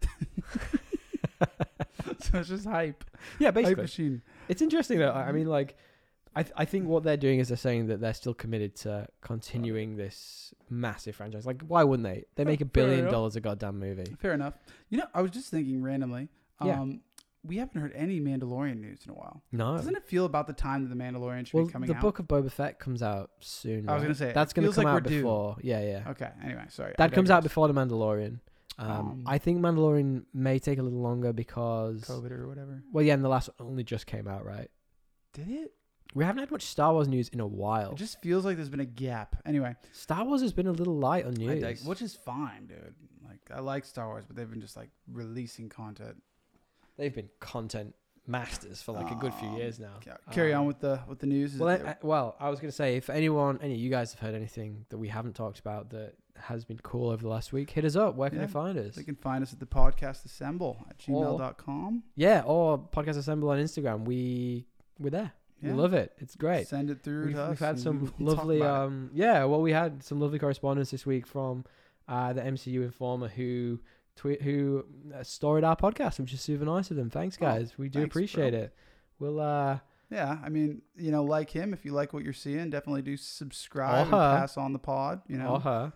Speaker 2: so it's just hype.
Speaker 1: Yeah,
Speaker 2: Hype
Speaker 1: basically,
Speaker 2: machine.
Speaker 1: it's interesting though.
Speaker 2: Mm-hmm.
Speaker 1: I I mean, like, I th- I think what they're doing is they're saying that they're still committed to continuing this massive franchise. Like, why wouldn't they? They make a
Speaker 2: Fair
Speaker 1: billion
Speaker 2: enough.
Speaker 1: dollars a goddamn movie.
Speaker 2: Fair enough. You know, I was just thinking randomly. Um,
Speaker 1: Yeah.
Speaker 2: We haven't heard any Mandalorian news in a while.
Speaker 1: No,
Speaker 2: Doesn't it feel about the time that the Mandalorian should
Speaker 1: well,
Speaker 2: be coming
Speaker 1: the
Speaker 2: out?
Speaker 1: book of Boba Fett comes out soon.
Speaker 2: I was
Speaker 1: right?
Speaker 2: gonna say,
Speaker 1: that's
Speaker 2: it
Speaker 1: gonna
Speaker 2: feels
Speaker 1: come
Speaker 2: like
Speaker 1: out
Speaker 2: we're due.
Speaker 1: before. Yeah, yeah.
Speaker 2: Okay. Anyway, sorry. I
Speaker 1: That comes out
Speaker 2: digress.
Speaker 1: before the Mandalorian. Um,
Speaker 2: Um,
Speaker 1: I think Mandalorian may take a little longer because
Speaker 2: COVID or whatever.
Speaker 1: well, yeah, and the last one only just came out, right?
Speaker 2: Did it?
Speaker 1: We haven't had much Star Wars news in a while.
Speaker 2: It just feels like there's been a gap. Anyway,
Speaker 1: Star Wars has been a little light on
Speaker 2: I
Speaker 1: news.
Speaker 2: dig- which is fine, dude. Like I like Star Wars, but they've been just like releasing content.
Speaker 1: They've been content masters for like a good few
Speaker 2: Um,
Speaker 1: years now.
Speaker 2: Yeah, Carry
Speaker 1: Um,
Speaker 2: on with the with the news. Is
Speaker 1: Well,
Speaker 2: it
Speaker 1: I,
Speaker 2: there-
Speaker 1: I- well, I was gonna say if anyone, any of you guys have heard anything that we haven't talked about that has been cool over the last week, hit us up. Where can
Speaker 2: Yeah,
Speaker 1: they find us?
Speaker 2: they can find us at the podcast assemble at
Speaker 1: Or-
Speaker 2: gmail.com.
Speaker 1: Yeah, or podcast assemble on Instagram. We we're there.
Speaker 2: Yeah.
Speaker 1: We love it. It's great.
Speaker 2: Send it through.
Speaker 1: We've,
Speaker 2: to
Speaker 1: we've
Speaker 2: us
Speaker 1: had
Speaker 2: and
Speaker 1: some
Speaker 2: we will talk
Speaker 1: lovely.
Speaker 2: about it.
Speaker 1: Um, yeah, well, we had some lovely correspondence this week from uh, the MCU Informer who tweet who uh, started our podcast, which is super nice of them. Thanks,
Speaker 2: Oh,
Speaker 1: guys. we do
Speaker 2: thanks,
Speaker 1: appreciate
Speaker 2: bro.
Speaker 1: it. We'll uh,
Speaker 2: Yeah, I mean, you know, like him, if you like what you're seeing, definitely do subscribe
Speaker 1: Uh-huh.
Speaker 2: and pass on the pod. You know,
Speaker 1: or her.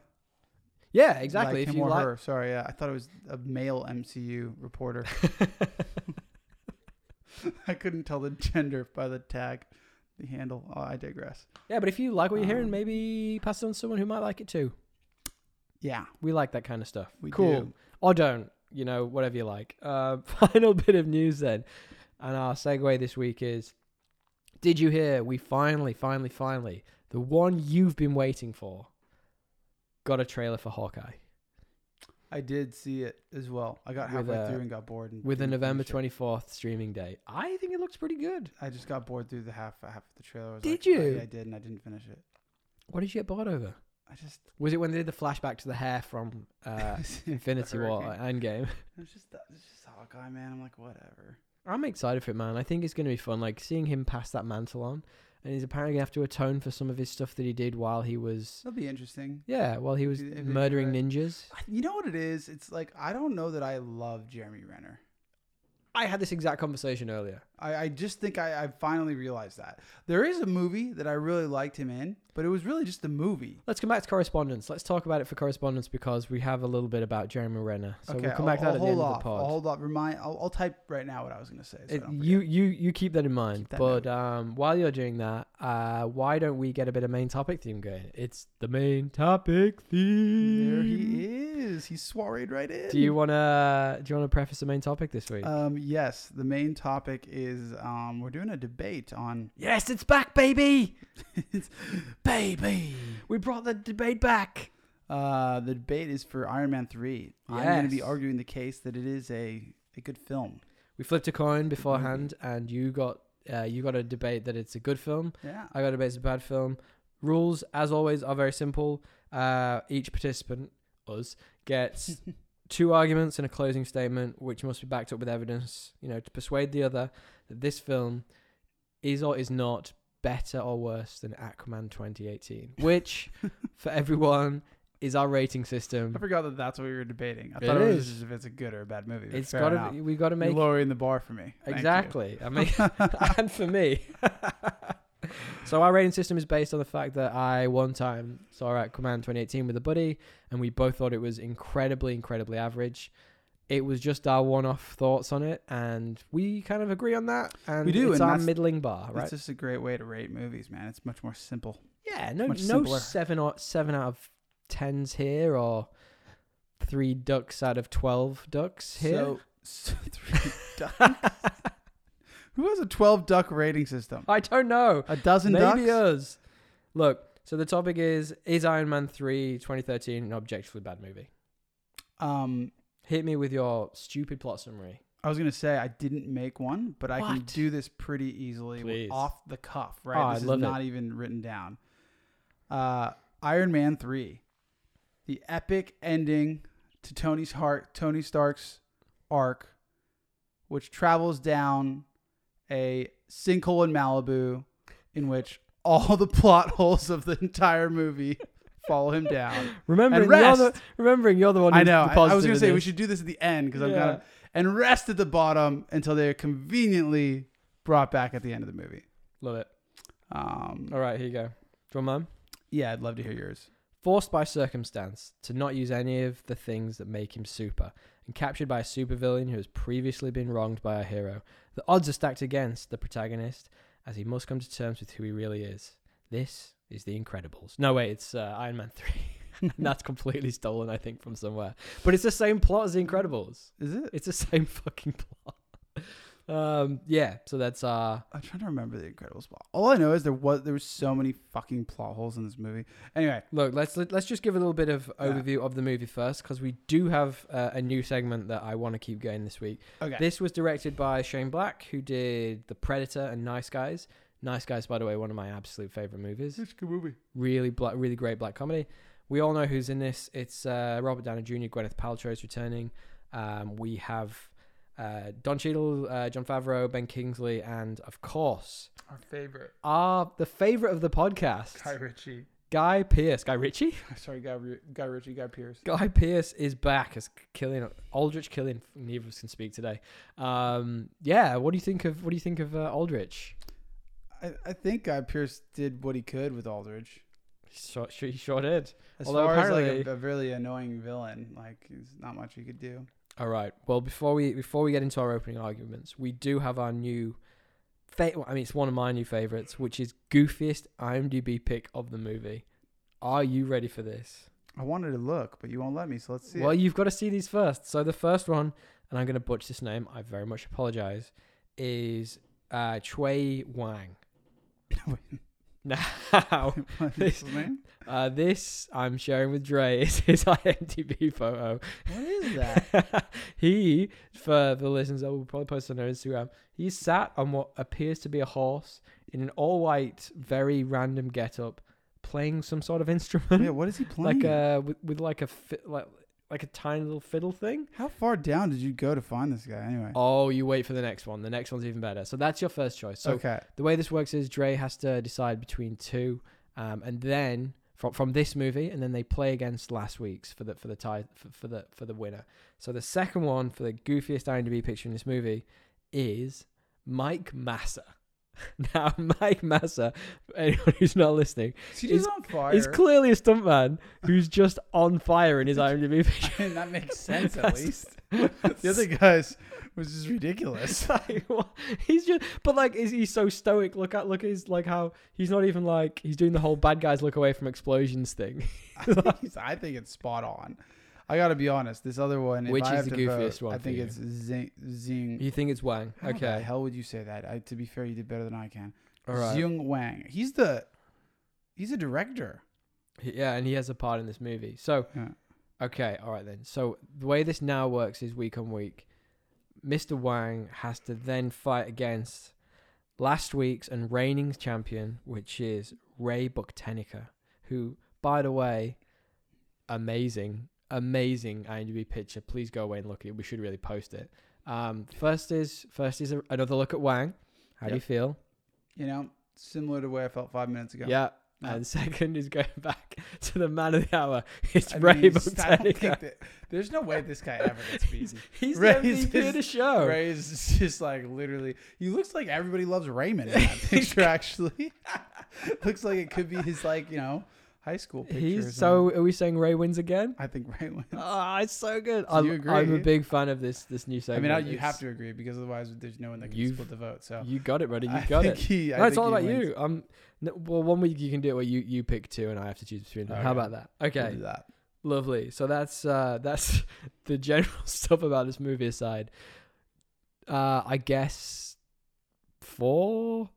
Speaker 1: Yeah, exactly.
Speaker 2: Like
Speaker 1: if
Speaker 2: him
Speaker 1: you
Speaker 2: or
Speaker 1: like,
Speaker 2: her. Sorry, yeah, I thought it was a male MCU reporter. I couldn't tell the gender by the tag, the handle. Oh, I digress.
Speaker 1: yeah, but if you like what you're hearing,
Speaker 2: Um,
Speaker 1: maybe pass it on to someone who might like it too.
Speaker 2: Yeah,
Speaker 1: We like that kind of stuff.
Speaker 2: we
Speaker 1: cool.
Speaker 2: do.
Speaker 1: or don't, you know, whatever you like. Uh, final bit of news then, and our segue this week is: Did you hear? We finally, finally, finally, the one you've been waiting for, got a trailer for Hawkeye
Speaker 2: I did see it as well. I got
Speaker 1: With
Speaker 2: halfway
Speaker 1: a-
Speaker 2: through and got bored. And
Speaker 1: with a
Speaker 2: didn't
Speaker 1: November
Speaker 2: finish it.
Speaker 1: twenty fourth streaming date. I think it looks pretty good.
Speaker 2: I just got bored through the half half of the trailer. I was
Speaker 1: Did
Speaker 2: like,
Speaker 1: you?
Speaker 2: I, I did, and I didn't finish it.
Speaker 1: What did you get bored over?
Speaker 2: I just
Speaker 1: Was it when they did the flashback to the hair from uh, Infinity War
Speaker 2: Hurricane.
Speaker 1: and Endgame?
Speaker 2: It's just it's just Hawkeye, man. I'm like, whatever.
Speaker 1: I'm excited for it, man. I think it's going to be fun. Like seeing him pass that mantle on, and he's apparently going to have to atone for some of his stuff that he did while he was
Speaker 2: That'll be interesting.
Speaker 1: Yeah, well, he was
Speaker 2: If they do
Speaker 1: murdering
Speaker 2: it.
Speaker 1: ninjas.
Speaker 2: You know what it is? It's like I don't know that I love Jeremy Renner.
Speaker 1: I had this exact conversation earlier.
Speaker 2: I, I just think I, I finally realized that there is a movie that I really liked him in, but it was really just the movie.
Speaker 1: Let's come back to correspondence. Let's talk about it for correspondence because we have a little bit about Jeremy Renner. So we'll come back to that at the end
Speaker 2: hold
Speaker 1: of
Speaker 2: off.
Speaker 1: the
Speaker 2: I'll
Speaker 1: pod.
Speaker 2: hold off. Remind. I'll, I'll type right now what I was going to say. So I
Speaker 1: It-
Speaker 2: don't
Speaker 1: you, you, you keep that in mind.
Speaker 2: Keep that
Speaker 1: but um, while you're doing that, uh, why don't we get a bit of main topic theme going? It's the main topic theme.
Speaker 2: forget. there he is. He soireed right in.
Speaker 1: Do you wanna do you wanna preface the main topic this week?
Speaker 2: Um, yes. The main topic is um, we're doing a debate on
Speaker 1: yes, it's back, baby.
Speaker 2: baby.
Speaker 1: We brought the debate back.
Speaker 2: Uh, the debate is for Iron Man three. I'm going to be
Speaker 1: Yes.
Speaker 2: arguing the case that it is a a good film.
Speaker 1: We flipped a coin beforehand, and you got uh, you got a debate that it's a good film.
Speaker 2: Yeah.
Speaker 1: I got a base of bad film. Rules, as always, are very simple. Uh, each participant, us, gets two arguments and a closing statement, which must be backed up with evidence, you know, to persuade the other that this film is or is not better or worse than Aquaman 2018, which for everyone is our rating system.
Speaker 2: I forgot that that's what we were debating. I
Speaker 1: It
Speaker 2: thought it was
Speaker 1: is.
Speaker 2: just if it's a good or a bad movie.
Speaker 1: It's
Speaker 2: got
Speaker 1: got to. We've got to
Speaker 2: You're
Speaker 1: make
Speaker 2: lowering the bar for me. Thank you.
Speaker 1: Exactly. I mean, and for me. so our rating system is based on the fact that I one time saw at Command 2018 with a buddy, and we both thought it was incredibly, incredibly average. It was just our one-off thoughts on it, and we kind of agree on that. And
Speaker 2: We do,
Speaker 1: It's
Speaker 2: and
Speaker 1: our
Speaker 2: that's-
Speaker 1: middling bar,
Speaker 2: It's
Speaker 1: right?
Speaker 2: just a great way to rate movies, man. It's much more simple.
Speaker 1: yeah. No, no
Speaker 2: much simpler.
Speaker 1: seven or seven out of tens here, or three ducks out of twelve ducks here.
Speaker 2: So, so three ducks. Who has a 12 duck rating system?
Speaker 1: I don't know.
Speaker 2: A dozen
Speaker 1: Uh, Maybe
Speaker 2: ducks?
Speaker 1: us. Look, so the topic is Is Iron Man 3 2013 an objectively bad movie? uh,
Speaker 2: um,
Speaker 1: Hit me with your stupid plot summary.
Speaker 2: I was going to say I didn't make one, but I can
Speaker 1: What?
Speaker 2: do this pretty easily with-
Speaker 1: Please.
Speaker 2: off the cuff,
Speaker 1: Oh,
Speaker 2: right?
Speaker 1: I
Speaker 2: this
Speaker 1: love it.
Speaker 2: is not even written down. Uh, Iron Man 3. The epic ending to Tony's heart, Tony Stark's arc, which travels down a sinkhole in Malibu in which all the plot holes of the entire movie follow him down.
Speaker 1: Remembering,
Speaker 2: And
Speaker 1: you're the,
Speaker 2: rest.
Speaker 1: remembering you're the one.
Speaker 2: I
Speaker 1: who's
Speaker 2: know.
Speaker 1: The
Speaker 2: I, I
Speaker 1: positive
Speaker 2: was going
Speaker 1: in
Speaker 2: to say we
Speaker 1: this.
Speaker 2: should do this at the end because I'm
Speaker 1: Yeah.
Speaker 2: kind of and rest at the bottom until they are conveniently brought back at the end of the movie.
Speaker 1: Love it.
Speaker 2: Um,
Speaker 1: All right, here you go. Do you want mine?
Speaker 2: Yeah, I'd love to hear yours.
Speaker 1: Forced by circumstance to not use any of the things that make him super, and captured by a supervillain who has previously been wronged by a hero, the odds are stacked against the protagonist as he must come to terms with who he really is. This is The Incredibles. No, wait, it's uh, Iron Man 3. And That's completely stolen, I think, from somewhere. But it's the same plot as The Incredibles.
Speaker 2: Is it?
Speaker 1: It's the same fucking plot. Um, yeah, so that's our.
Speaker 2: I'm trying to remember the Incredibles plot. All I know is there was there was so many fucking plot holes in this movie. Anyway,
Speaker 1: Look, let's let, let's just give a little bit of
Speaker 2: Yeah.
Speaker 1: overview of the movie first, because we do have uh, a new segment that I want to keep going this week.
Speaker 2: okay.
Speaker 1: This was directed by Shane Black, who did The Predator and Nice Guys. Nice Guys, by the way, one of my absolute favorite movies.
Speaker 2: is a good movie.
Speaker 1: Really, black, really great black comedy. We all know who's in this. It's uh, Robert Downey Jr., Gwyneth Paltrow is returning. Um, we have uh, Don Cheadle, uh, John Favreau, Ben Kingsley, and of course,
Speaker 2: Our favorite
Speaker 1: our the favorite of the podcast,
Speaker 2: Guy Ritchie.
Speaker 1: Guy Pierce, Guy Ritchie.
Speaker 2: Sorry, Guy, Ri- Guy Ritchie, Guy Pierce.
Speaker 1: Guy Pierce is back as Killian Aldrich. Killian, neither of us can speak today. Um, yeah, what do you think of what do you think of uh, Aldrich?
Speaker 2: I, I think Guy Pierce did what he could with Aldridge.
Speaker 1: He sure, sure, he sure did.
Speaker 2: As
Speaker 1: Although
Speaker 2: far as like
Speaker 1: apparently-
Speaker 2: a, a really annoying villain, like there's not much you could do.
Speaker 1: All right. Well, before we before we get into our opening arguments, we do have our new. Fa- I mean, it's one of my new favorites, which is goofiest IMDb pick of the movie. Are you ready for this?
Speaker 2: I wanted to look, but you won't let me, so let's see.
Speaker 1: Well,
Speaker 2: it.
Speaker 1: you've got to see these first. So the first one, and I'm going to butcher this name. I very much apologize. Is uh, Chui Wang. Now,
Speaker 2: What's
Speaker 1: this-
Speaker 2: his name?
Speaker 1: Uh, this I'm sharing with Dre is his IMDb photo.
Speaker 2: What is that?
Speaker 1: he, for the listeners, I will probably post on our Instagram. He sat on what appears to be a horse in an all-white, very random getup, playing some sort of instrument,
Speaker 2: yeah, what is he playing?
Speaker 1: like a with, with like a fi- like like a tiny little fiddle thing.
Speaker 2: How far down did you go to find this guy? Anyway.
Speaker 1: Oh, you wait for the next one. The next one's even better. So that's your first choice. So
Speaker 2: okay.
Speaker 1: the way this works is Dre has to decide between two, um, and then from from this movie, and then they play against last week's for the for the tie for, for the for the winner. So the second one for the goofiest IMDb picture in this movie is Mike Massa. Now Mike Massa, for anyone who's not listening,
Speaker 2: Is he
Speaker 1: He's-
Speaker 2: just on fire?
Speaker 1: is clearly a stuntman who's just on fire in his IMDb picture.
Speaker 2: I mean, that makes sense at
Speaker 1: That's-
Speaker 2: least. The other guys was just ridiculous.
Speaker 1: Like, what? he's just, but like, is he so stoic? Look at, look at his, like how he's not even like he's doing the whole bad guys look away from explosions thing,
Speaker 2: I think he's- I think it's spot on. I gotta be honest. This other one, if
Speaker 1: Which
Speaker 2: I
Speaker 1: is
Speaker 2: have
Speaker 1: the
Speaker 2: to vote,
Speaker 1: goofiest one
Speaker 2: I
Speaker 1: for
Speaker 2: think
Speaker 1: you?
Speaker 2: it's zing. zing.
Speaker 1: You think it's Wang?
Speaker 2: How the
Speaker 1: Okay,
Speaker 2: hell would you say that? I, to be fair, you did better than I can.
Speaker 1: all right.
Speaker 2: Zhung Wang. He's the. He's a director.
Speaker 1: Yeah, and he has a part in this movie. So,
Speaker 2: Yeah.
Speaker 1: okay, all right then. So the way this now works is week on week, Mr. Wang has to then fight against last week's and reigning champion, which is Ray Bucktenica, who, by the way, amazing, amazing IMDb picture. Please go away and look at it. We should really post it. Um, first is first is a, another look at Wang. How do you
Speaker 2: Yep.
Speaker 1: feel?
Speaker 2: You know, similar to where I felt five minutes ago.
Speaker 1: Yeah.
Speaker 2: Yeah.
Speaker 1: And second is going back to the man of the hour. It's
Speaker 2: I
Speaker 1: Ray
Speaker 2: mean, he's- I don't
Speaker 1: Botenica.
Speaker 2: think that, there's no way this guy ever gets beaten.
Speaker 1: He's
Speaker 2: Ray
Speaker 1: the MVP of
Speaker 2: is-
Speaker 1: the show.
Speaker 2: Ray is just like literally. He looks like everybody loves Raymond in that picture. Actually, looks like it could be his like you know high school. Picture or
Speaker 1: He's
Speaker 2: something.
Speaker 1: so. Are we saying Ray wins again?
Speaker 2: I think Ray wins.
Speaker 1: Ah, it's so good.
Speaker 2: Do
Speaker 1: I'm,
Speaker 2: you agree?
Speaker 1: I'm a big fan of this this new
Speaker 2: I
Speaker 1: segment.
Speaker 2: mean, I, you
Speaker 1: It's-
Speaker 2: have to agree because otherwise there's no one that can
Speaker 1: You've-
Speaker 2: split the vote. So
Speaker 1: You got it, buddy. You
Speaker 2: I
Speaker 1: got
Speaker 2: think
Speaker 1: it.
Speaker 2: He, I
Speaker 1: no, it's
Speaker 2: think
Speaker 1: all
Speaker 2: he
Speaker 1: about
Speaker 2: wins.
Speaker 1: you. Um, no, well, one week you can do it where you you pick two and I have to choose between them. How
Speaker 2: Okay.
Speaker 1: about that?
Speaker 2: We'll
Speaker 1: Okay,
Speaker 2: do that.
Speaker 1: lovely. So that's uh that's the general stuff about this movie aside. Uh, I guess for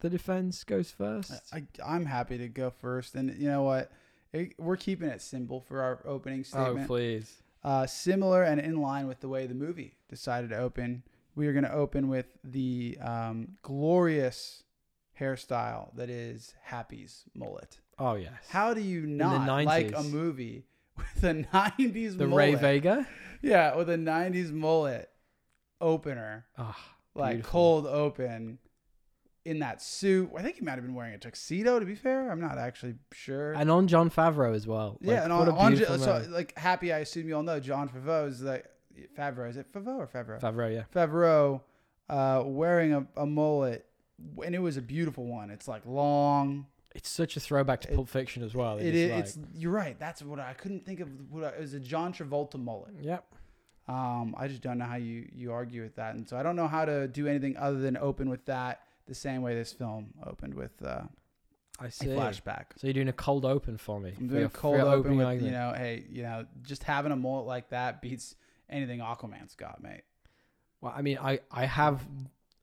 Speaker 1: the defense goes first.
Speaker 2: I, I'm happy to go first, and you know what? It, we're keeping it simple for our opening
Speaker 1: oh
Speaker 2: statement.
Speaker 1: please.
Speaker 2: uh, similar and in line with the way the movie decided to open. We are going to open with the um, glorious hairstyle that is Happy's mullet.
Speaker 1: Oh yes.
Speaker 2: How do you not like a
Speaker 1: 90s.
Speaker 2: movie with a '90s
Speaker 1: the Ray
Speaker 2: mullet?
Speaker 1: Vega?
Speaker 2: yeah, with a '90s mullet opener,
Speaker 1: Ah,
Speaker 2: like
Speaker 1: Beautiful.
Speaker 2: cold open, in that suit. I think he might have been wearing a tuxedo. To be fair, I'm not actually sure.
Speaker 1: and on John Favreau as well.
Speaker 2: yeah,
Speaker 1: Like,
Speaker 2: and
Speaker 1: what
Speaker 2: on,
Speaker 1: a
Speaker 2: on
Speaker 1: beautiful
Speaker 2: so
Speaker 1: man.
Speaker 2: like happy. I assume you all know John Favreau is like Favreau. Is it Favreau or Favreau?
Speaker 1: Favreau, yeah.
Speaker 2: Favreau uh, wearing a, a mullet, and it was a beautiful one. It's like long.
Speaker 1: It's such a throwback to
Speaker 2: It-
Speaker 1: Pulp Fiction as well.
Speaker 2: It
Speaker 1: Oh, is
Speaker 2: is. It's you're right. That's what I couldn't think of. What I, it was a John Travolta mullet.
Speaker 1: yep.
Speaker 2: Um, I just don't know how you you argue with that, and so I don't know how to do anything other than open with that. The same way this film opened with uh,
Speaker 1: I
Speaker 2: a
Speaker 1: see.
Speaker 2: flashback.
Speaker 1: So you're doing a cold open for me.
Speaker 2: I'm
Speaker 1: for
Speaker 2: doing
Speaker 1: your-
Speaker 2: a
Speaker 1: for
Speaker 2: cold
Speaker 1: your
Speaker 2: open
Speaker 1: opening
Speaker 2: with
Speaker 1: argument.
Speaker 2: you know, hey, you know, just having a mullet like that beats anything Aquaman's got, mate.
Speaker 1: Well, I mean, I, I have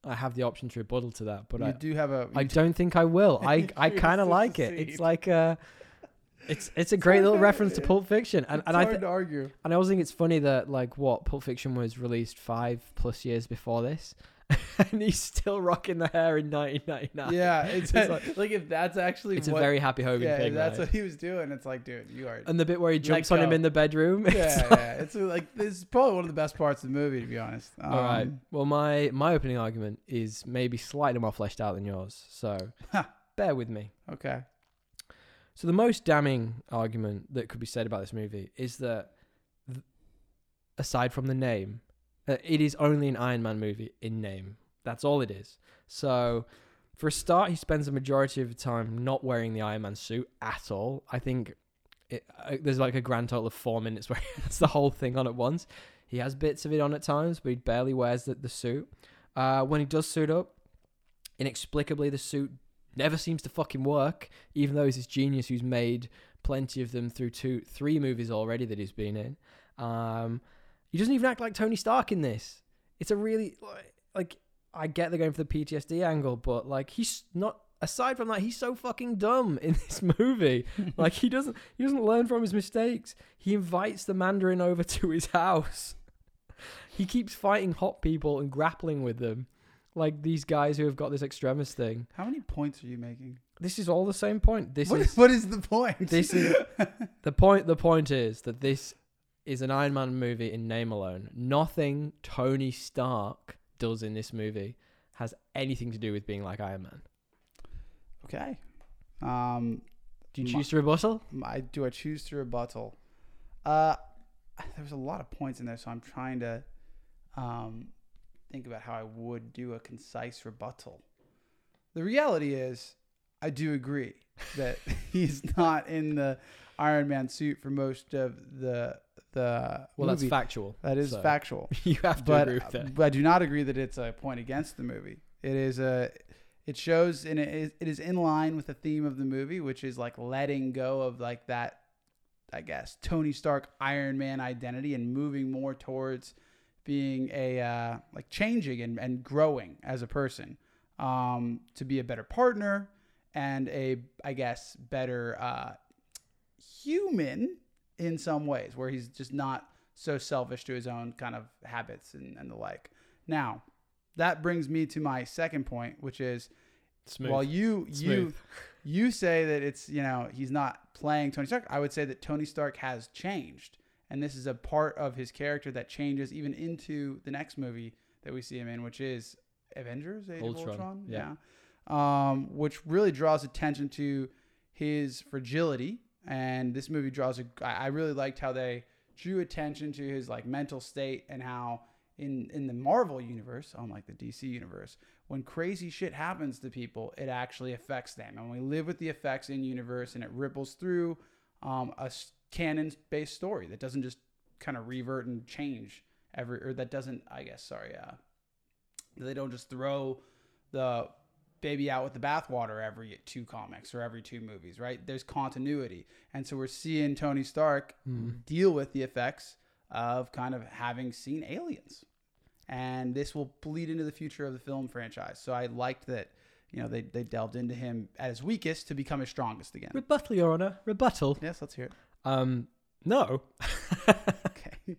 Speaker 1: I have the option to rebuttal to that, but
Speaker 2: you
Speaker 1: I,
Speaker 2: do have a.
Speaker 1: I
Speaker 2: you
Speaker 1: don't think I will. I
Speaker 2: You
Speaker 1: I
Speaker 2: choose
Speaker 1: kind of
Speaker 2: to
Speaker 1: like it.
Speaker 2: secede.
Speaker 1: It's like uh, it's it's a great little
Speaker 2: hard to-
Speaker 1: reference to Pulp Fiction, and
Speaker 2: it's
Speaker 1: and I
Speaker 2: hard
Speaker 1: th-
Speaker 2: to argue.
Speaker 1: and I also think it's funny that like what Pulp Fiction was released five plus years before this, and he's still rocking the hair in 1999.
Speaker 2: Yeah, it's,
Speaker 1: It's
Speaker 2: like,
Speaker 1: like-
Speaker 2: if that's actually
Speaker 1: It's
Speaker 2: what,
Speaker 1: a very happy Hogan
Speaker 2: yeah, if
Speaker 1: thing.
Speaker 2: that's
Speaker 1: right?
Speaker 2: what he was doing. It's like, dude, you are.
Speaker 1: and the bit where he
Speaker 2: Let
Speaker 1: jumps on him
Speaker 2: go.
Speaker 1: in the bedroom.
Speaker 2: yeah,
Speaker 1: it's like-
Speaker 2: yeah. It's like this is probably one of the best parts of the movie, to be honest. Um,
Speaker 1: All right. Well, my my opening argument is maybe slightly more fleshed out than yours, so bear with me.
Speaker 2: Okay.
Speaker 1: So the most damning argument that could be said about this movie is that, th- aside from the name, uh, it is only an Iron Man movie in name. That's all it is. So, for a start, he spends the majority of the time not wearing the Iron Man suit at all. I think it, uh, there's like a grand total of four minutes where that's the whole thing on at once. He has bits of it on at times, but he barely wears the, the suit. Uh, when he does suit up, inexplicably the suit never seems to fucking work even though he's this genius who's made plenty of them through two, three movies already that he's been in. Um, he doesn't even act like Tony Stark in this. It's a really like I get they're going for the PTSD angle, but like he's not. Aside from that, he's so fucking dumb in this movie. like he doesn't he doesn't learn from his mistakes. He invites the Mandarin over to his house. He keeps fighting hot people and grappling with them, like these guys who have got this extremist thing.
Speaker 2: How many points are you making?
Speaker 1: This is all the same point. This
Speaker 2: What
Speaker 1: is
Speaker 2: is, what is the point?
Speaker 1: this is the point. The point is that this is an Iron Man movie in name alone. Nothing Tony Stark does in this movie has anything to do with being like Iron Man.
Speaker 2: okay. Um,
Speaker 1: Do you
Speaker 2: My-
Speaker 1: choose to rebuttal?
Speaker 2: I do I choose to rebuttal? Uh, there was a lot of points in there, so I'm trying to um, think about how I would do a concise rebuttal. The reality is, I do agree that he's not in the Iron Man suit for most of the the
Speaker 1: Well,
Speaker 2: movie.
Speaker 1: that's factual.
Speaker 2: that is
Speaker 1: so-
Speaker 2: factual
Speaker 1: You have to
Speaker 2: but, um,
Speaker 1: agree with that.
Speaker 2: but I do not agree that it's a point against the movie. It is a it shows and it is, it is in line with the theme of the movie, which is like letting go of like that I guess Tony Stark Iron Man identity and moving more towards being a uh, like changing and, and growing as a person um, to be a better partner and a I guess better uh, human in some ways where he's just not so selfish to his own kind of habits and, and the like. Now, that brings me to my second point, which is
Speaker 1: Smooth.
Speaker 2: while you
Speaker 1: Smooth.
Speaker 2: you you say that it's you know he's not playing Tony Stark, I would say that Tony Stark has changed, and this is a part of his character that changes even into the next movie that we see him in, which is Avengers: Age
Speaker 1: Ultron,
Speaker 2: of Ultron.
Speaker 1: yeah.
Speaker 2: yeah. um, which really draws attention to his fragility, and this movie draws. A, I I really liked how they drew attention to his like mental state and how in in the Marvel universe, unlike the DC universe, when crazy shit happens to people, it actually affects them, and we live with the effects in universe, and it ripples through um, a canon based story that doesn't just kind of revert and change every, or that doesn't, I guess, sorry, uh, they don't just throw the baby out with the bathwater every two comics or every two movies, right? There's continuity. And so we're seeing Tony Stark
Speaker 1: Hmm.
Speaker 2: deal with the effects of kind of having seen aliens. And this will bleed into the future of the film franchise. So I liked that, you know, they, they delved into him at his weakest to become his strongest again.
Speaker 1: rebuttal, Your Honor. Rebuttal.
Speaker 2: Yes, let's hear it.
Speaker 1: Um, no.
Speaker 2: Okay.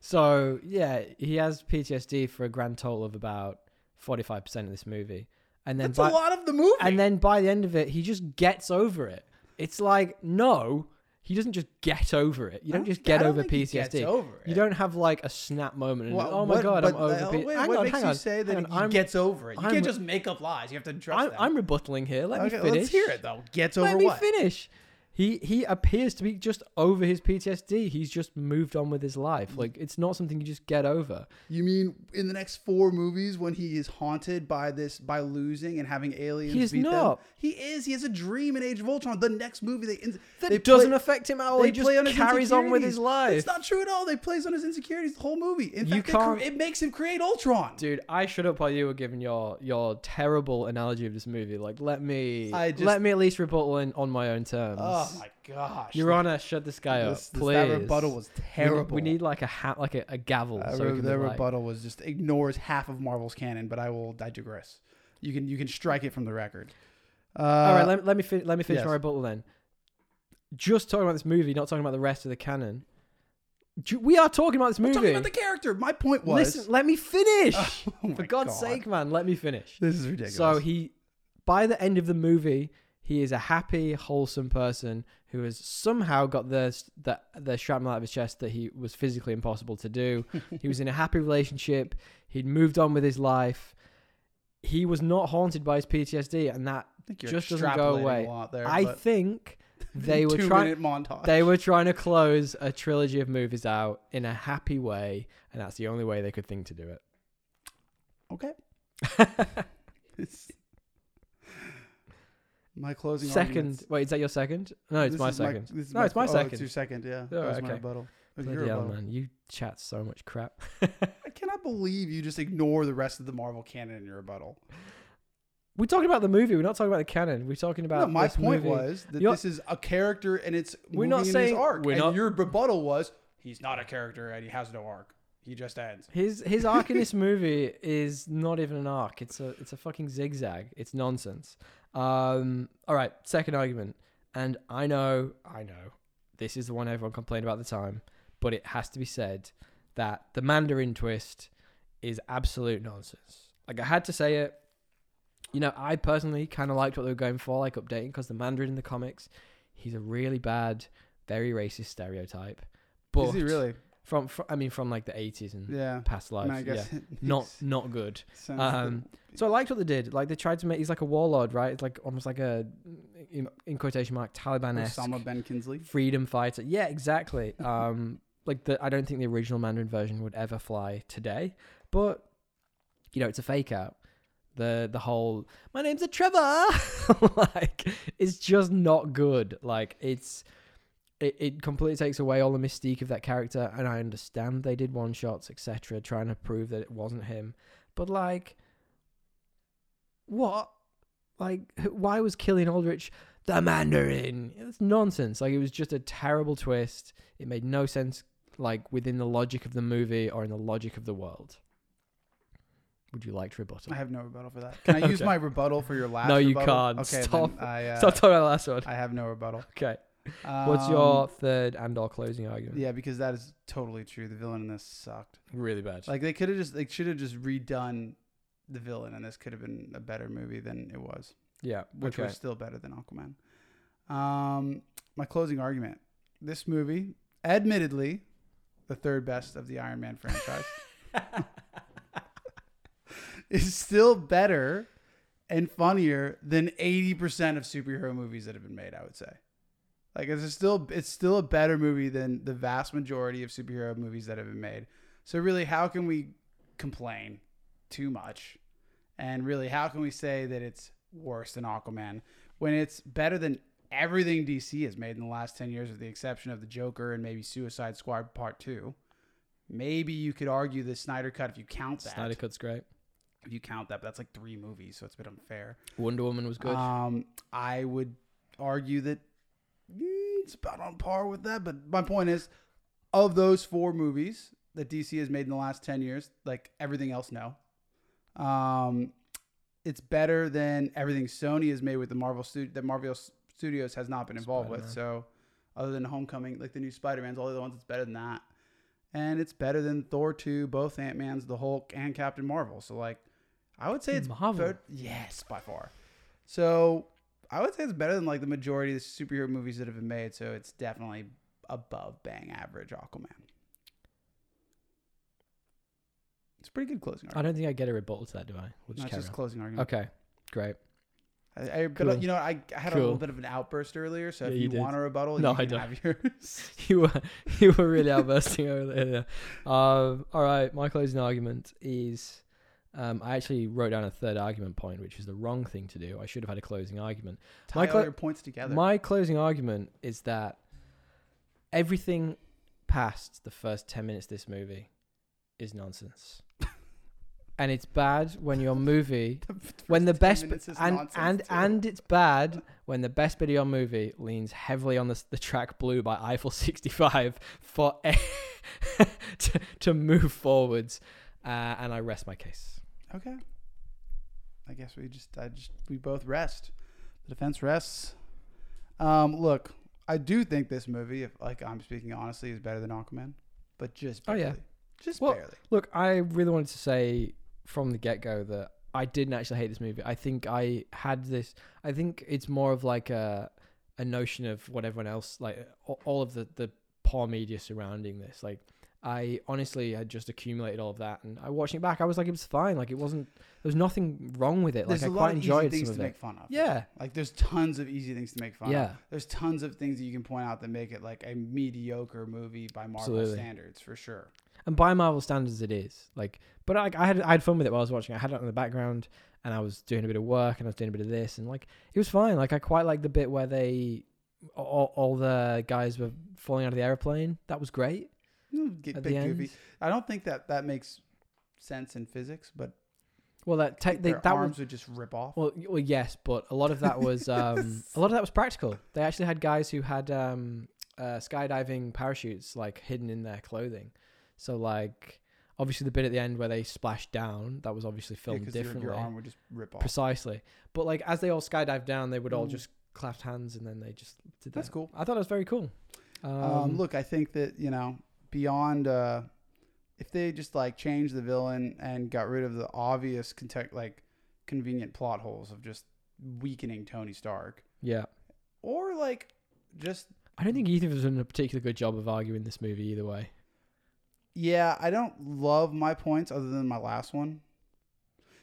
Speaker 1: So yeah, he has PTSD for a grand total of about forty-five percent of this movie, and then
Speaker 2: That's
Speaker 1: by-
Speaker 2: a lot of the movie.
Speaker 1: and then by the end of it, he just gets over it. It's like no, he doesn't just get over it. You
Speaker 2: I
Speaker 1: don't just
Speaker 2: thi-
Speaker 1: get
Speaker 2: I don't
Speaker 1: over
Speaker 2: think he gets
Speaker 1: PTSD.
Speaker 2: over
Speaker 1: You
Speaker 2: it.
Speaker 1: don't have like a snap moment and
Speaker 2: Well,
Speaker 1: oh my
Speaker 2: what-
Speaker 1: god,
Speaker 2: but
Speaker 1: I'm over.
Speaker 2: the-
Speaker 1: P-
Speaker 2: wait,
Speaker 1: hang
Speaker 2: what
Speaker 1: on,
Speaker 2: makes
Speaker 1: hang
Speaker 2: you
Speaker 1: on,
Speaker 2: say that
Speaker 1: hang
Speaker 2: he
Speaker 1: on. I'm,
Speaker 2: gets over it? You
Speaker 1: I'm-
Speaker 2: can't just make up lies. You have to trust
Speaker 1: I'm,
Speaker 2: them.
Speaker 1: I'm rebuttaling here. Let
Speaker 2: okay,
Speaker 1: me finish.
Speaker 2: let's hear it though. Gets over
Speaker 1: Let me
Speaker 2: what?
Speaker 1: finish. He he appears to be just over his PTSD. He's just moved on with his
Speaker 2: Mm.
Speaker 1: life. Like it's not something you just get over.
Speaker 2: You mean in the next four movies when he is haunted by this by losing and having aliens?
Speaker 1: He's
Speaker 2: beat
Speaker 1: not.
Speaker 2: Them? He is. He has a dream in Age of Ultron. The next movie they
Speaker 1: That
Speaker 2: they
Speaker 1: doesn't
Speaker 2: play-
Speaker 1: affect him at all. He just carries on with his
Speaker 2: insecurities.
Speaker 1: life.
Speaker 2: It's not true at all. They plays on his insecurities the whole movie. In
Speaker 1: You
Speaker 2: fact, it, cre-
Speaker 1: can't-
Speaker 2: it makes him create Ultron.
Speaker 1: Dude, I shut up while you were giving your your terrible analogy of this movie. Like let me
Speaker 2: I just-
Speaker 1: let me at least rebuttal in, on my own terms.
Speaker 2: Oh my gosh,
Speaker 1: Your Honor, shut this guy
Speaker 2: This-
Speaker 1: up,
Speaker 2: this-
Speaker 1: please.
Speaker 2: that rebuttal was
Speaker 1: We need-
Speaker 2: terrible.
Speaker 1: We need, like a hat, like a, a gavel.
Speaker 2: Uh,
Speaker 1: so we
Speaker 2: re-
Speaker 1: can be
Speaker 2: the
Speaker 1: like-
Speaker 2: rebuttal was just ignores half of Marvel's canon, but I will I digress. You can you can strike it from the record. Uh,
Speaker 1: All right, let, let me fin- let me finish
Speaker 2: yes.
Speaker 1: my rebuttal then. Just talking about this movie, not talking about the rest of the canon. Ju- We are talking about this movie.
Speaker 2: talking about the character. My point was
Speaker 1: Listen, let me finish.
Speaker 2: Oh my
Speaker 1: For God's
Speaker 2: God.
Speaker 1: sake, man, let me finish.
Speaker 2: This is ridiculous.
Speaker 1: So he, by the end of the movie, he is a happy, wholesome person who has somehow got the the, the shrapnel out of his chest that he was physically impossible to do. he was in a happy relationship. He'd moved on with his life. He was not haunted by his PTSD, and that
Speaker 2: I think
Speaker 1: just doesn't go
Speaker 2: extrapolating
Speaker 1: away.
Speaker 2: A lot there,
Speaker 1: I
Speaker 2: but
Speaker 1: think they were
Speaker 2: two
Speaker 1: trying.
Speaker 2: minute montage.
Speaker 1: They were trying to close a trilogy of movies out in a happy way, and that's the only way they could think to do
Speaker 2: okay.
Speaker 1: it.
Speaker 2: It's- my closing
Speaker 1: second,
Speaker 2: arguments.
Speaker 1: wait, is that your second? No, it's
Speaker 2: This
Speaker 1: my
Speaker 2: is
Speaker 1: second.
Speaker 2: this is
Speaker 1: No, it's my
Speaker 2: oh,
Speaker 1: second.
Speaker 2: It's your second. Yeah, that
Speaker 1: Alright,
Speaker 2: was my
Speaker 1: okay.
Speaker 2: rebuttal. Your
Speaker 1: Bloody hell,
Speaker 2: rebuttal.
Speaker 1: man, you chat so much crap.
Speaker 2: I cannot believe you just ignore the rest of the Marvel canon in your rebuttal.
Speaker 1: we're talking about the movie. We're not talking about the canon. We're talking about
Speaker 2: No, my
Speaker 1: this
Speaker 2: point
Speaker 1: movie.
Speaker 2: was that
Speaker 1: You're-
Speaker 2: this is a character and it's
Speaker 1: We're
Speaker 2: moving
Speaker 1: not
Speaker 2: in his
Speaker 1: saying-
Speaker 2: arc.
Speaker 1: we're
Speaker 2: and
Speaker 1: not-
Speaker 2: your rebuttal was he's not a character and he has no arc. He just ends.
Speaker 1: his his arc in this movie is not even an arc. It's a it's a fucking zigzag. It's nonsense. Um. All right. Second argument, and I know I know this is the one everyone complained about at the time, but it has to be said that the Mandarin twist is absolute nonsense. Like I had to say it. You know, I personally kind of liked what they were going for, like updating, because the Mandarin in the comics, he's a really bad, very racist stereotype. But
Speaker 2: is he really?
Speaker 1: From, fr I mean, from like the eighties and
Speaker 2: Yeah.
Speaker 1: past
Speaker 2: I
Speaker 1: lives.
Speaker 2: mean, I guess
Speaker 1: Yeah.
Speaker 2: it
Speaker 1: Not
Speaker 2: makes
Speaker 1: not good.
Speaker 2: sense that-
Speaker 1: Um, so I liked what they did. Like they tried to make he's like a warlord, right? It's like almost like a in, in quotation mark Taliban
Speaker 2: Osama Ben Kinsley.
Speaker 1: freedom fighter. Yeah, exactly. Um, like the I don't think the original Mandarin version would ever fly today, but you know it's a fake out. The the whole my name's a Trevor like it's just not good. Like it's it, it completely takes away all the mystique of that character, and I understand they did one shots etc. trying to prove that it wasn't him, but like what like wh- why was Killian Aldrich the Mandarin. It's nonsense. Like it was just a terrible twist. It made no sense, like within the logic of the movie or in the logic of the world. Would you like to rebuttal?
Speaker 2: I have no rebuttal for that. Can I use
Speaker 1: Okay.
Speaker 2: my rebuttal for your last?
Speaker 1: No, you
Speaker 2: rebuttal?
Speaker 1: can't.
Speaker 2: Okay,
Speaker 1: Stop.
Speaker 2: Then I, uh,
Speaker 1: Stop talking about the last one.
Speaker 2: I have no rebuttal.
Speaker 1: Okay. What's your third and or closing
Speaker 2: Um,
Speaker 1: argument?
Speaker 2: Yeah, because that is totally true. The villain in this sucked.
Speaker 1: Really bad.
Speaker 2: Like they could have just, they should have just redone the villain, and this could have been a better movie than it was.
Speaker 1: yeah.
Speaker 2: which
Speaker 1: okay.
Speaker 2: was still better than Aquaman. Um, my closing argument: this movie, admittedly, the third best of the Iron Man franchise, is still better and funnier than eighty percent of superhero movies that have been made. I would say, like it's still it's still a better movie than the vast majority of superhero movies that have been made. So really, how can we complain too much? And really, how can we say that it's worse than Aquaman when it's better than everything DC has made in the last 10 years, with the exception of The Joker and maybe Suicide Squad Part 2? Maybe you could argue the Snyder Cut if you count that.
Speaker 1: Snyder Cut's great.
Speaker 2: If you count that, but that's like three movies, so it's a bit unfair.
Speaker 1: Wonder Woman was good.
Speaker 2: Um, I would argue that mm, it's about on par with that. But my point is, of those four movies that DC has made in the last ten years, like everything else, no. Um, it's better than everything Sony has made with the Marvel studio that Marvel s- Studios has not been involved with. So, other than Homecoming, like the new Spider Man's, all the other ones, it's better than that. And it's better than Thor two, both Ant Man's, the Hulk, and Captain Marvel. So like, I would say it's
Speaker 1: Marvel.
Speaker 2: third- yes by far. So I would say it's better than like the majority of the superhero movies that have been made. So it's definitely above bang average Aquaman. It's a pretty good closing
Speaker 1: I
Speaker 2: argument.
Speaker 1: don't think I get a rebuttal to that, do I? We'll just
Speaker 2: That's
Speaker 1: carry
Speaker 2: just
Speaker 1: on.
Speaker 2: closing argument.
Speaker 1: Okay, great.
Speaker 2: I, I,
Speaker 1: Cool.
Speaker 2: But uh, you know, what, I, I had a
Speaker 1: Cool.
Speaker 2: little bit of an outburst earlier. So
Speaker 1: Yeah,
Speaker 2: if
Speaker 1: you
Speaker 2: you,
Speaker 1: did.
Speaker 2: want a rebuttal,
Speaker 1: No,
Speaker 2: you
Speaker 1: I
Speaker 2: can
Speaker 1: don't.
Speaker 2: have yours.
Speaker 1: You were you were really outbursting over there. Um, all right, my closing argument is um, I actually wrote down a third argument point, which is the wrong thing to do. I should have had a closing argument.
Speaker 2: Tie
Speaker 1: My
Speaker 2: all
Speaker 1: clo-
Speaker 2: your points together.
Speaker 1: My closing argument is that everything past the first 10 minutes of this movie is nonsense. and it's bad when your movie when the
Speaker 2: First 10
Speaker 1: best
Speaker 2: minutes is
Speaker 1: and
Speaker 2: nonsense,
Speaker 1: and
Speaker 2: too.
Speaker 1: and it's bad when the best bit of your movie leans heavily on the, s- the track blue by eiffel 65 for e- to, to move forwards uh, and i rest my case
Speaker 2: Okay. I guess we just I just we both rest. The defense rests. Um, look, I do think this movie, if like I'm speaking honestly, is better than Aquaman, but just
Speaker 1: Oh,
Speaker 2: barely.
Speaker 1: yeah.
Speaker 2: Just
Speaker 1: Well-
Speaker 2: barely.
Speaker 1: Look, I really wanted to say from the get go that I didn't actually hate this movie. I think I had this. I think it's more of like a a notion of what everyone else like a- all of the the poor media surrounding this. Like I honestly had just accumulated all of that, and I watching it back, I was like, it was fine. Like it wasn't. There was nothing wrong with it. Like
Speaker 2: There's
Speaker 1: I
Speaker 2: a
Speaker 1: quite
Speaker 2: lot of easy
Speaker 1: enjoyed
Speaker 2: things
Speaker 1: some
Speaker 2: to
Speaker 1: of
Speaker 2: make
Speaker 1: it.
Speaker 2: fun of.
Speaker 1: Yeah,
Speaker 2: Like there's tons of easy things to make fun of.
Speaker 1: yeah.
Speaker 2: There's tons of things that you can point out that make it like a mediocre movie by Marvel
Speaker 1: Absolutely.
Speaker 2: standards for sure.
Speaker 1: and by Marvel standards, it is like. But I, I had I had fun with it while I was watching. it. I had it on the background, and I was doing a bit of work, and I was doing a bit of this, and like it was fine. Like I quite liked the bit where they all, all the guys were falling out of the airplane. That was great.
Speaker 2: Mm, Get
Speaker 1: Hmm. At
Speaker 2: big
Speaker 1: the end,
Speaker 2: goofy. I don't think that that makes sense in physics, but
Speaker 1: well, that te- they,
Speaker 2: their
Speaker 1: that was
Speaker 2: arms would just rip off.
Speaker 1: well, y- well, yes, but a lot of that was um, a lot of that was practical. They actually had guys who had um, uh, skydiving parachutes like hidden in their clothing. So like obviously the bit at the end where they splashed down that was obviously
Speaker 2: Yeah,
Speaker 1: filmed
Speaker 2: 'cause your-
Speaker 1: differently.
Speaker 2: Your, arm would just rip off.
Speaker 1: Precisely. But like as they all skydived down, they would all
Speaker 2: Mm.
Speaker 1: just clapped hands and then they just did that.
Speaker 2: That's cool.
Speaker 1: I thought it was very cool. Um,
Speaker 2: Um, look, I think that you know beyond uh, if they just like changed the villain and got rid of the obvious context, like convenient plot holes of just weakening Tony Stark,
Speaker 1: yeah.
Speaker 2: or like just
Speaker 1: I don't think either of us done a particularly good job of arguing this movie either way.
Speaker 2: yeah, I don't love my points other than my last one.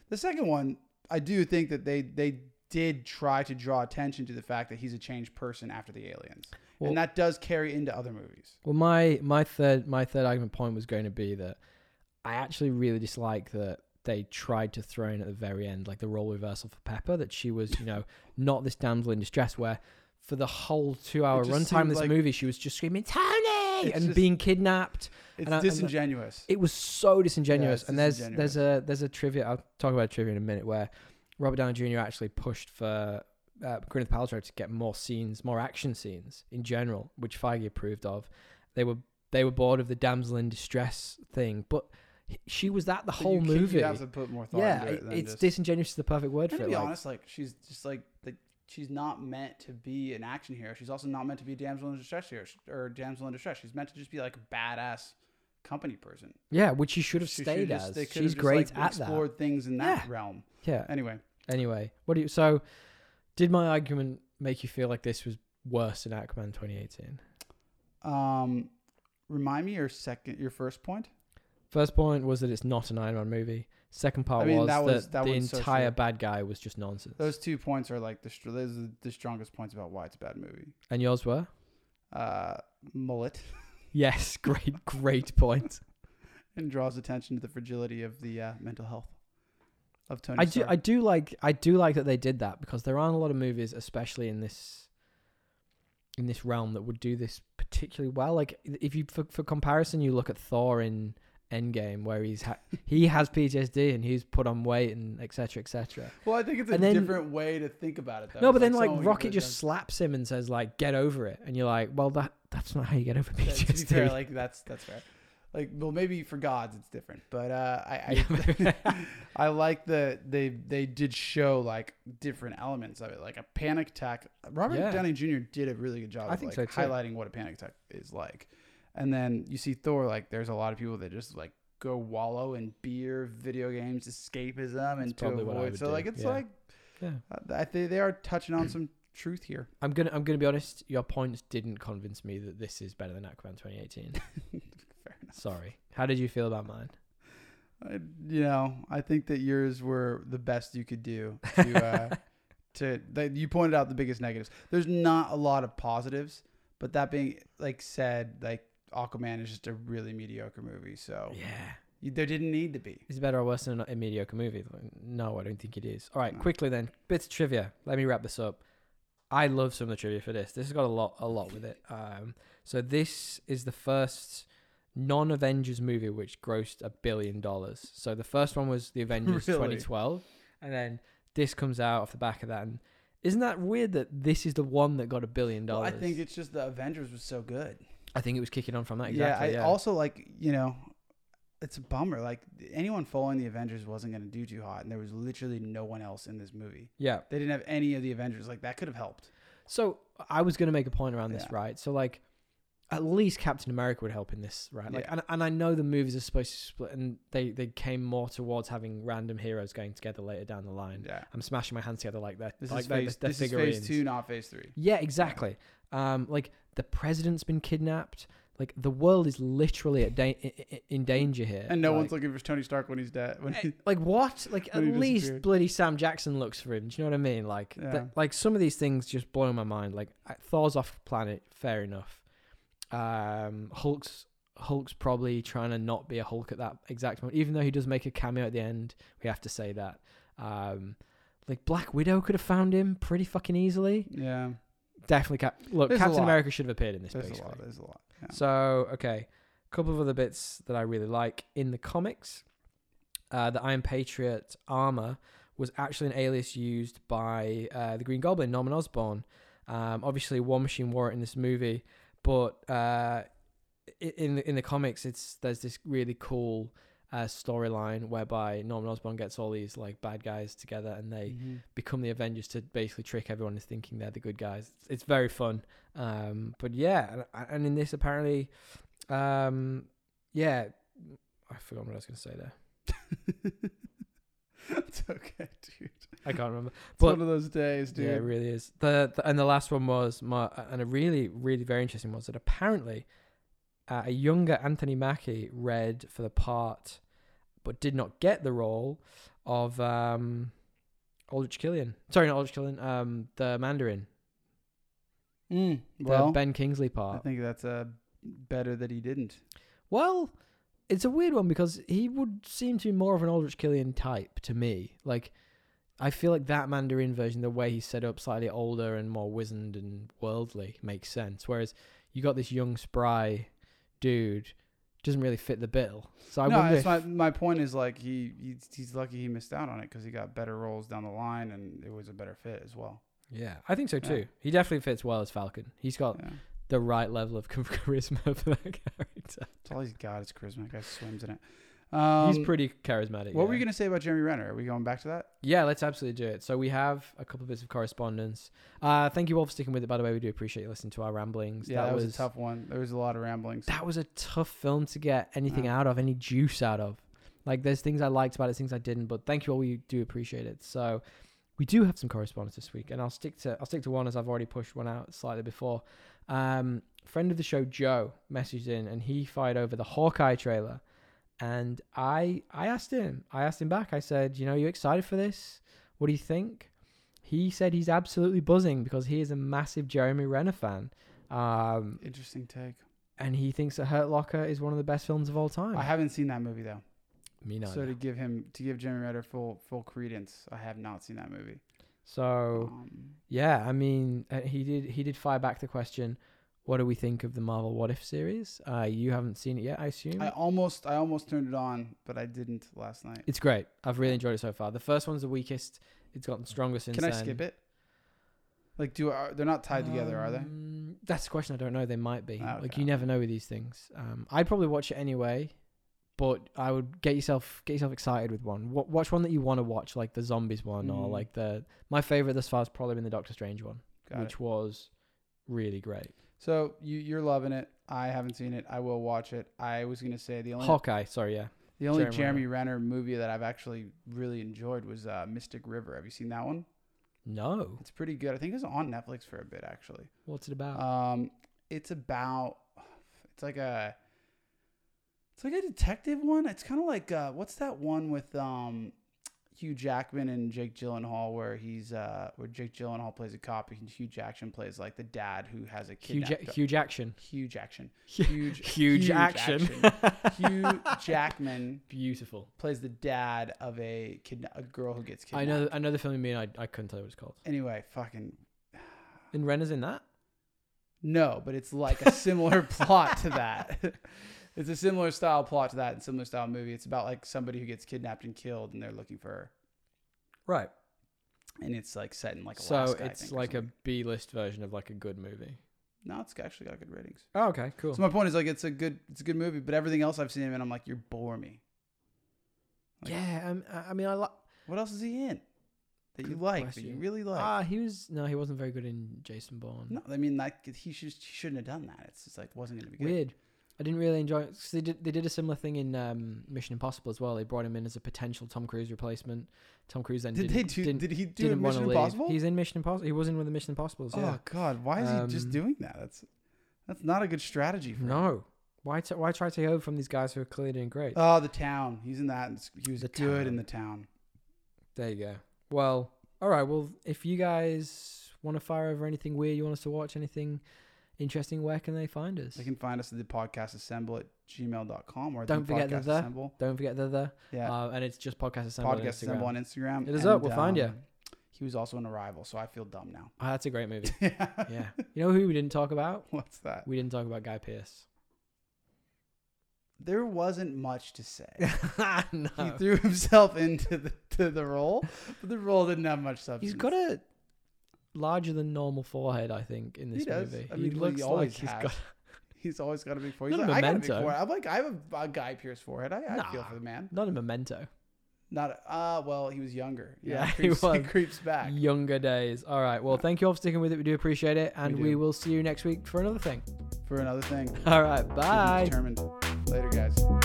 Speaker 2: The second one, I do think that they they did try to draw attention to the fact that he's a changed person after the aliens,
Speaker 1: Well-
Speaker 2: and that does carry into other movies.
Speaker 1: Well, my my third my third argument point was going to be that I actually really dislike that they tried to throw in at the very end like the role reversal for Pepper that she was you know not this damsel in distress where for the whole two hour
Speaker 2: just
Speaker 1: runtime of
Speaker 2: seemed
Speaker 1: this
Speaker 2: like-
Speaker 1: movie she was just screaming Tony
Speaker 2: It's
Speaker 1: and
Speaker 2: just-
Speaker 1: being kidnapped
Speaker 2: It's
Speaker 1: And I- and the-
Speaker 2: disingenuous.
Speaker 1: It was so disingenuous.
Speaker 2: Yeah, it's
Speaker 1: and there's there's a there's a trivia. I'll talk about trivia in a minute where Robert Downey Jr. actually pushed for uh, Gwyneth Paltrow to get more scenes, more action scenes in general, which Feige approved of. They were they were bored of the damsel in distress thing, but h- she was that the
Speaker 2: But
Speaker 1: whole
Speaker 2: you can-
Speaker 1: movie.
Speaker 2: You have to put more thought
Speaker 1: yeah,
Speaker 2: into
Speaker 1: it-
Speaker 2: it. Than
Speaker 1: it's
Speaker 2: just,
Speaker 1: disingenuous is the perfect word
Speaker 2: And
Speaker 1: for
Speaker 2: to
Speaker 1: it.
Speaker 2: be
Speaker 1: like-
Speaker 2: honest, like she's just like the, she's not meant to be an action hero. She's also not meant to be a damsel in distress here or damsel in distress. She's meant to just be like a badass company person.
Speaker 1: yeah, which she should have
Speaker 2: She
Speaker 1: stayed
Speaker 2: just- they
Speaker 1: as.
Speaker 2: could have
Speaker 1: She's
Speaker 2: just,
Speaker 1: great
Speaker 2: like,
Speaker 1: at that.
Speaker 2: explored things in that realm.
Speaker 1: Yeah.
Speaker 2: Anyway,
Speaker 1: Anyway, what do you? So, did my argument make you feel like this was worse than Aquaman 2018?
Speaker 2: um, remind me your second, your first point.
Speaker 1: First point was that it's not an Iron Man movie. Second part
Speaker 2: I mean,
Speaker 1: was,
Speaker 2: that
Speaker 1: that
Speaker 2: was- that
Speaker 1: the
Speaker 2: one's so
Speaker 1: entire
Speaker 2: true.
Speaker 1: bad guy was just nonsense.
Speaker 2: Those two points are like the str- those are the strongest points about why it's a bad movie.
Speaker 1: and yours were?
Speaker 2: Uh, mullet
Speaker 1: Yes, great, great point.
Speaker 2: and draws attention to the fragility of the uh, mental health of Tony.
Speaker 1: I do,
Speaker 2: Stark.
Speaker 1: I do like, I do like that they did that because there aren't a lot of movies, especially in this, in this realm, that would do this particularly well. Like, if you for, for comparison, you look at Thor in Endgame, where he's ha- he has PTSD and he's put on weight and etc. etc.
Speaker 2: Well, I think it's a
Speaker 1: And then-
Speaker 2: different way to think about it. Though.
Speaker 1: No,
Speaker 2: It's
Speaker 1: but then like
Speaker 2: someone who
Speaker 1: Rocket
Speaker 2: goes
Speaker 1: just
Speaker 2: down-
Speaker 1: slaps him and says like, "Get over it," and you're like, "Well, that that's not how you get over
Speaker 2: Yeah, to be fair,
Speaker 1: PTSD."
Speaker 2: like that's that's fair. Like, well, maybe for gods it's different, but uh, I
Speaker 1: Yeah.
Speaker 2: I, I like the they they did show like different elements of it, like a panic attack. Robert
Speaker 1: Yeah.
Speaker 2: Downey Jr. did a really good job.
Speaker 1: I
Speaker 2: of,
Speaker 1: think
Speaker 2: like,
Speaker 1: so, too.
Speaker 2: highlighting what a panic attack is like, and then you see Thor. Like, there's a lot of people that just like go wallow in beer, video games, escapism, and to
Speaker 1: probably what I
Speaker 2: avoid.
Speaker 1: would
Speaker 2: So
Speaker 1: do,
Speaker 2: like it's
Speaker 1: yeah.
Speaker 2: like
Speaker 1: Yeah.
Speaker 2: Uh, I think they are touching on some truth here.
Speaker 1: I'm gonna I'm gonna be honest. Your points didn't convince me that this is better than Aquaman 2018.
Speaker 2: Fair enough.
Speaker 1: Sorry. How did you feel about mine?
Speaker 2: I, Uh, you know, I think that yours were the best you could do. To, uh, to that you pointed out the biggest negatives. There's not a lot of positives, but that being like said, like Aquaman is just a really mediocre movie. So
Speaker 1: Yeah.
Speaker 2: you, there didn't need to be.
Speaker 1: Is it better or worse than a mediocre movie? No, I don't think it is. All right,
Speaker 2: No.
Speaker 1: quickly then, bits of trivia. Let me wrap this up. I love some of the trivia for this. This has got a lot, a lot with it. Um, so this is the first non-Avengers movie which grossed a billion dollars. So the first one was the Avengers
Speaker 2: Really?
Speaker 1: 2012, and then this comes out off the back of that. And isn't that weird that this is the one that got a billion
Speaker 2: Well, I
Speaker 1: dollars?
Speaker 2: think it's just the Avengers was so good.
Speaker 1: I think it was kicking on from that. Exactly.
Speaker 2: yeah, I also like you know, it's a bummer. Like anyone following the Avengers wasn't going to do too hot, and there was literally no one else in this movie.
Speaker 1: yeah.
Speaker 2: They didn't have any of the Avengers. Like that could have helped.
Speaker 1: So I was going to make a point around this,
Speaker 2: Yeah.
Speaker 1: right? So like, at least Captain America would help in this, right? Like,
Speaker 2: Yeah.
Speaker 1: and, and I know the movies are supposed to split, and they they came more towards having random heroes going together later down the line.
Speaker 2: Yeah,
Speaker 1: I'm smashing my hands together like that.
Speaker 2: this
Speaker 1: like
Speaker 2: is
Speaker 1: they're-
Speaker 2: phase,
Speaker 1: they're
Speaker 2: this is phase
Speaker 1: figurines.
Speaker 2: two, not phase three.
Speaker 1: Yeah, exactly. Um, like the president's been kidnapped. Like the world is literally at da- i- i- in danger here.
Speaker 2: And no
Speaker 1: like,
Speaker 2: one's looking for Tony Stark when he's dead. When he,
Speaker 1: Eh, like what? Like at
Speaker 2: When he
Speaker 1: least
Speaker 2: disappeared.
Speaker 1: bloody Sam Jackson looks for him. Do you know what I mean? Like
Speaker 2: Yeah.
Speaker 1: that, like some of these things just blow my mind. Like I- Thor's off planet, fair enough. Um, Hulk's Hulk's probably trying to not be a Hulk at that exact moment, even though he does make a cameo at the end. We have to say that. Um, like Black Widow could have found him pretty fucking easily.
Speaker 2: yeah,
Speaker 1: Definitely, Cap- look,
Speaker 2: There's a
Speaker 1: Captain
Speaker 2: lot.
Speaker 1: America should have appeared in this.
Speaker 2: there's a
Speaker 1: basically.
Speaker 2: lot. There's a lot. Yeah.
Speaker 1: So, okay, a couple of other bits that I really like in the comics. Uh, the Iron Patriot armor was actually an alias used by uh, the Green Goblin, Norman Osborn. Um, obviously, War Machine wore it in this movie, but uh, i- in the, in the comics, it's there's this really cool uh, storyline whereby Norman Osborn gets all these like bad guys together, and they
Speaker 2: Mhm.
Speaker 1: become the Avengers to basically trick everyone into thinking they're the good guys. It's, it's very fun. Um, but yeah, and, and in this apparently, um, yeah, I forgot what I was going to say there.
Speaker 2: Mm-hmm. it's okay, dude. It's
Speaker 1: I can't remember. But-
Speaker 2: one of those days, dude.
Speaker 1: Yeah, it really is. The, the and the last one was my and a really really very interesting one was that apparently uh, a younger Anthony Mackie read for the part, but did not get the role of um, Aldrich Killian. Sorry, not Aldrich Killian. Um, the Mandarin,
Speaker 2: Mm,
Speaker 1: the
Speaker 2: well,
Speaker 1: Ben Kingsley
Speaker 2: I
Speaker 1: part.
Speaker 2: think that's uh, better that he didn't.
Speaker 1: Well, it's a weird one because he would seem to be more of an Aldrich Killian type to me. Like, I feel like that Mandarin version, the way he's set up, slightly older and more wizened and worldly, makes sense. Whereas you got this young, spry dude, doesn't really fit the bill. So I
Speaker 2: no,
Speaker 1: wonder.
Speaker 2: that's
Speaker 1: If,
Speaker 2: my my point is like he he's, he's lucky he missed out on it because he got better roles down the line and it was a better fit as well.
Speaker 1: yeah, I think so
Speaker 2: Yeah.
Speaker 1: too. He definitely fits well as Falcon. He's got
Speaker 2: Yeah.
Speaker 1: the right level of charisma for that character.
Speaker 2: That's all he's got is charisma. That guy swims in it. Um,
Speaker 1: he's pretty charismatic.
Speaker 2: What were
Speaker 1: yeah.
Speaker 2: you gonna say about Jeremy Renner? Are we going back to that?
Speaker 1: Yeah, let's absolutely do it. So we have a couple bits of correspondence. Uh, thank you all for sticking with it. By the way, we do appreciate you listening to our ramblings.
Speaker 2: Yeah, that, was, a tough one. There was a lot of ramblings.
Speaker 1: That was a tough film to get anything
Speaker 2: Yeah.
Speaker 1: out of, any juice out of. Like there's things I liked about it, things I didn't. But thank you all. We do appreciate it. So we do have some correspondence this week, and I'll stick to I'll stick to one as I've already pushed one out slightly before. Um, friend of the show Joe messaged in, and he fired over the Hawkeye trailer. And I I asked him, I asked him back. I said, you know, you excited for this? What do you think? He said he's absolutely buzzing because he is a massive Jeremy Renner fan. Um,
Speaker 2: Interesting take.
Speaker 1: and he thinks that Hurt Locker is one of the best films of all time.
Speaker 2: I haven't seen that movie though.
Speaker 1: Me neither.
Speaker 2: So to give him to give Jeremy Renner full full credence, I have not seen that movie.
Speaker 1: So
Speaker 2: Um,
Speaker 1: yeah, I mean, uh, he did he did fire back the question, "What do we think of the Marvel What If series?" Uh, you haven't seen it yet, I assume.
Speaker 2: I almost I almost turned it on, but I didn't last night.
Speaker 1: it's great. I've really enjoyed it so far. The first one's the weakest. It's gotten stronger since.
Speaker 2: Can I skip it? Like, do are, they're not tied together, are
Speaker 1: Um,
Speaker 2: they?
Speaker 1: That's a question I don't know. They might be.
Speaker 2: Ah,
Speaker 1: Like
Speaker 2: okay.
Speaker 1: you never know with these things. Um, I'd probably watch it anyway, but I would get yourself get yourself excited with one. Wa watch one that you want to watch, like the zombies one, or
Speaker 2: Mm.
Speaker 1: like the my favorite thus far has probably been the Doctor Strange one.
Speaker 2: Got
Speaker 1: which
Speaker 2: it.
Speaker 1: was really great.
Speaker 2: So you you're loving it. I haven't seen it. I will watch it. I was gonna say the only
Speaker 1: Hawkeye, sorry, yeah.
Speaker 2: the only
Speaker 1: Jeremy
Speaker 2: Jeremy Renner movie that I've actually really enjoyed was uh, Mystic River. Have you seen that one?
Speaker 1: No.
Speaker 2: It's pretty good. I think it was on Netflix for a bit actually.
Speaker 1: What's it about?
Speaker 2: Um, it's about it's like a it's like a detective one. It's kind of like uh, what's that one with um Hugh Jackman and Jake Gyllenhaal where he's uh where Jake Gyllenhaal plays a cop and Hugh Jackman plays like the dad who has a
Speaker 1: huge,
Speaker 2: kidnapped
Speaker 1: ac- huge action.
Speaker 2: huge action huge
Speaker 1: Huge, action.
Speaker 2: Hugh Jackman
Speaker 1: Beautiful.
Speaker 2: plays the dad of a kidna- a girl who gets
Speaker 1: I
Speaker 2: kidnapped.
Speaker 1: know. I know the film you mean. I, I couldn't tell you what it's called.
Speaker 2: Anyway, fucking
Speaker 1: And Renner's in that.
Speaker 2: No, but it's like a similar plot to that. it's a similar style plot to that and similar style movie. It's about like somebody who gets kidnapped and killed and they're looking for her.
Speaker 1: Right.
Speaker 2: And it's like set in like
Speaker 1: so
Speaker 2: Alaska. I
Speaker 1: it's
Speaker 2: think, or
Speaker 1: like a
Speaker 2: something.
Speaker 1: B list version of like a good movie.
Speaker 2: No, it's actually got good ratings.
Speaker 1: Oh, okay. Cool.
Speaker 2: So my point is like it's a good it's a good movie, but everything else I've seen him in I'm like, you're bore me. like-
Speaker 1: yeah. I'm- I, I mean, I like.
Speaker 2: What else is he in? That you
Speaker 1: Good
Speaker 2: like, that you
Speaker 1: question.
Speaker 2: really like.
Speaker 1: Ah, he was no, he wasn't very good in Jason Bourne.
Speaker 2: no, I mean like he should he shouldn't have done that. It's just like wasn't gonna be good.
Speaker 1: Weird. I didn't really enjoy it. 'cause they did they did a similar thing in um, Mission Impossible as well. They brought him in as a potential Tom Cruise replacement. Tom Cruise then
Speaker 2: Did
Speaker 1: didn't,
Speaker 2: they do
Speaker 1: didn't,
Speaker 2: did he do
Speaker 1: didn't want to
Speaker 2: Mission
Speaker 1: leave.
Speaker 2: Impossible?
Speaker 1: He's in Mission Impossible. He was in one of the Mission Impossibles. Yeah.
Speaker 2: Oh God, why is he just
Speaker 1: Um,
Speaker 2: doing that? That's that's not a good strategy for him.
Speaker 1: no. Why t- why try to take over from these guys who are clearly doing great?
Speaker 2: Oh, the town. He's in that. and it's- He was
Speaker 1: The
Speaker 2: good
Speaker 1: Town.
Speaker 2: in the town.
Speaker 1: There you go. Well, all right. Well, if you guys want to fire over anything weird, you want us to watch anything interesting, where can they find us?
Speaker 2: They can find us at the podcast assemble at gmail.com or
Speaker 1: Don't
Speaker 2: the
Speaker 1: forget the
Speaker 2: podcast
Speaker 1: the.
Speaker 2: assemble.
Speaker 1: Don't forget the the.
Speaker 2: Yeah.
Speaker 1: Uh, and it's just podcast assemble. on
Speaker 2: podcast
Speaker 1: Instagram.
Speaker 2: assemble on Instagram. um,
Speaker 1: Hit us up, we'll find ya.
Speaker 2: He was also in Arrival, so I feel dumb now.
Speaker 1: Ah, that's a great movie.
Speaker 2: yeah.
Speaker 1: yeah. You know who we didn't talk about?
Speaker 2: What's that?
Speaker 1: We didn't talk about Guy Pearce.
Speaker 2: There wasn't much to say.
Speaker 1: no.
Speaker 2: He threw himself into the to the role, but the role didn't have much substance.
Speaker 1: He's got a larger than normal forehead, I think, in this
Speaker 2: He does.
Speaker 1: movie.
Speaker 2: I
Speaker 1: he
Speaker 2: mean, well,
Speaker 1: looks
Speaker 2: he
Speaker 1: like
Speaker 2: always
Speaker 1: he's
Speaker 2: has.
Speaker 1: got.
Speaker 2: He's always got a big forehead. He's
Speaker 1: Not a
Speaker 2: like, I got a big
Speaker 1: memento.
Speaker 2: forehead. I'm like, I have a, a guy Pierce forehead. I, I feel
Speaker 1: Nah.
Speaker 2: for the man.
Speaker 1: Not a memento.
Speaker 2: Not ah. well, he was younger. You know,
Speaker 1: Yeah,
Speaker 2: it
Speaker 1: he
Speaker 2: creeps,
Speaker 1: was.
Speaker 2: It creeps back.
Speaker 1: Younger days. All right. Well,
Speaker 2: Yeah.
Speaker 1: thank you all for sticking with it. We do appreciate it. And
Speaker 2: do.
Speaker 1: we will see you next week for another thing.
Speaker 2: For another thing.
Speaker 1: All right.
Speaker 2: Bye.
Speaker 1: Bye.
Speaker 2: Determined. Later, guys.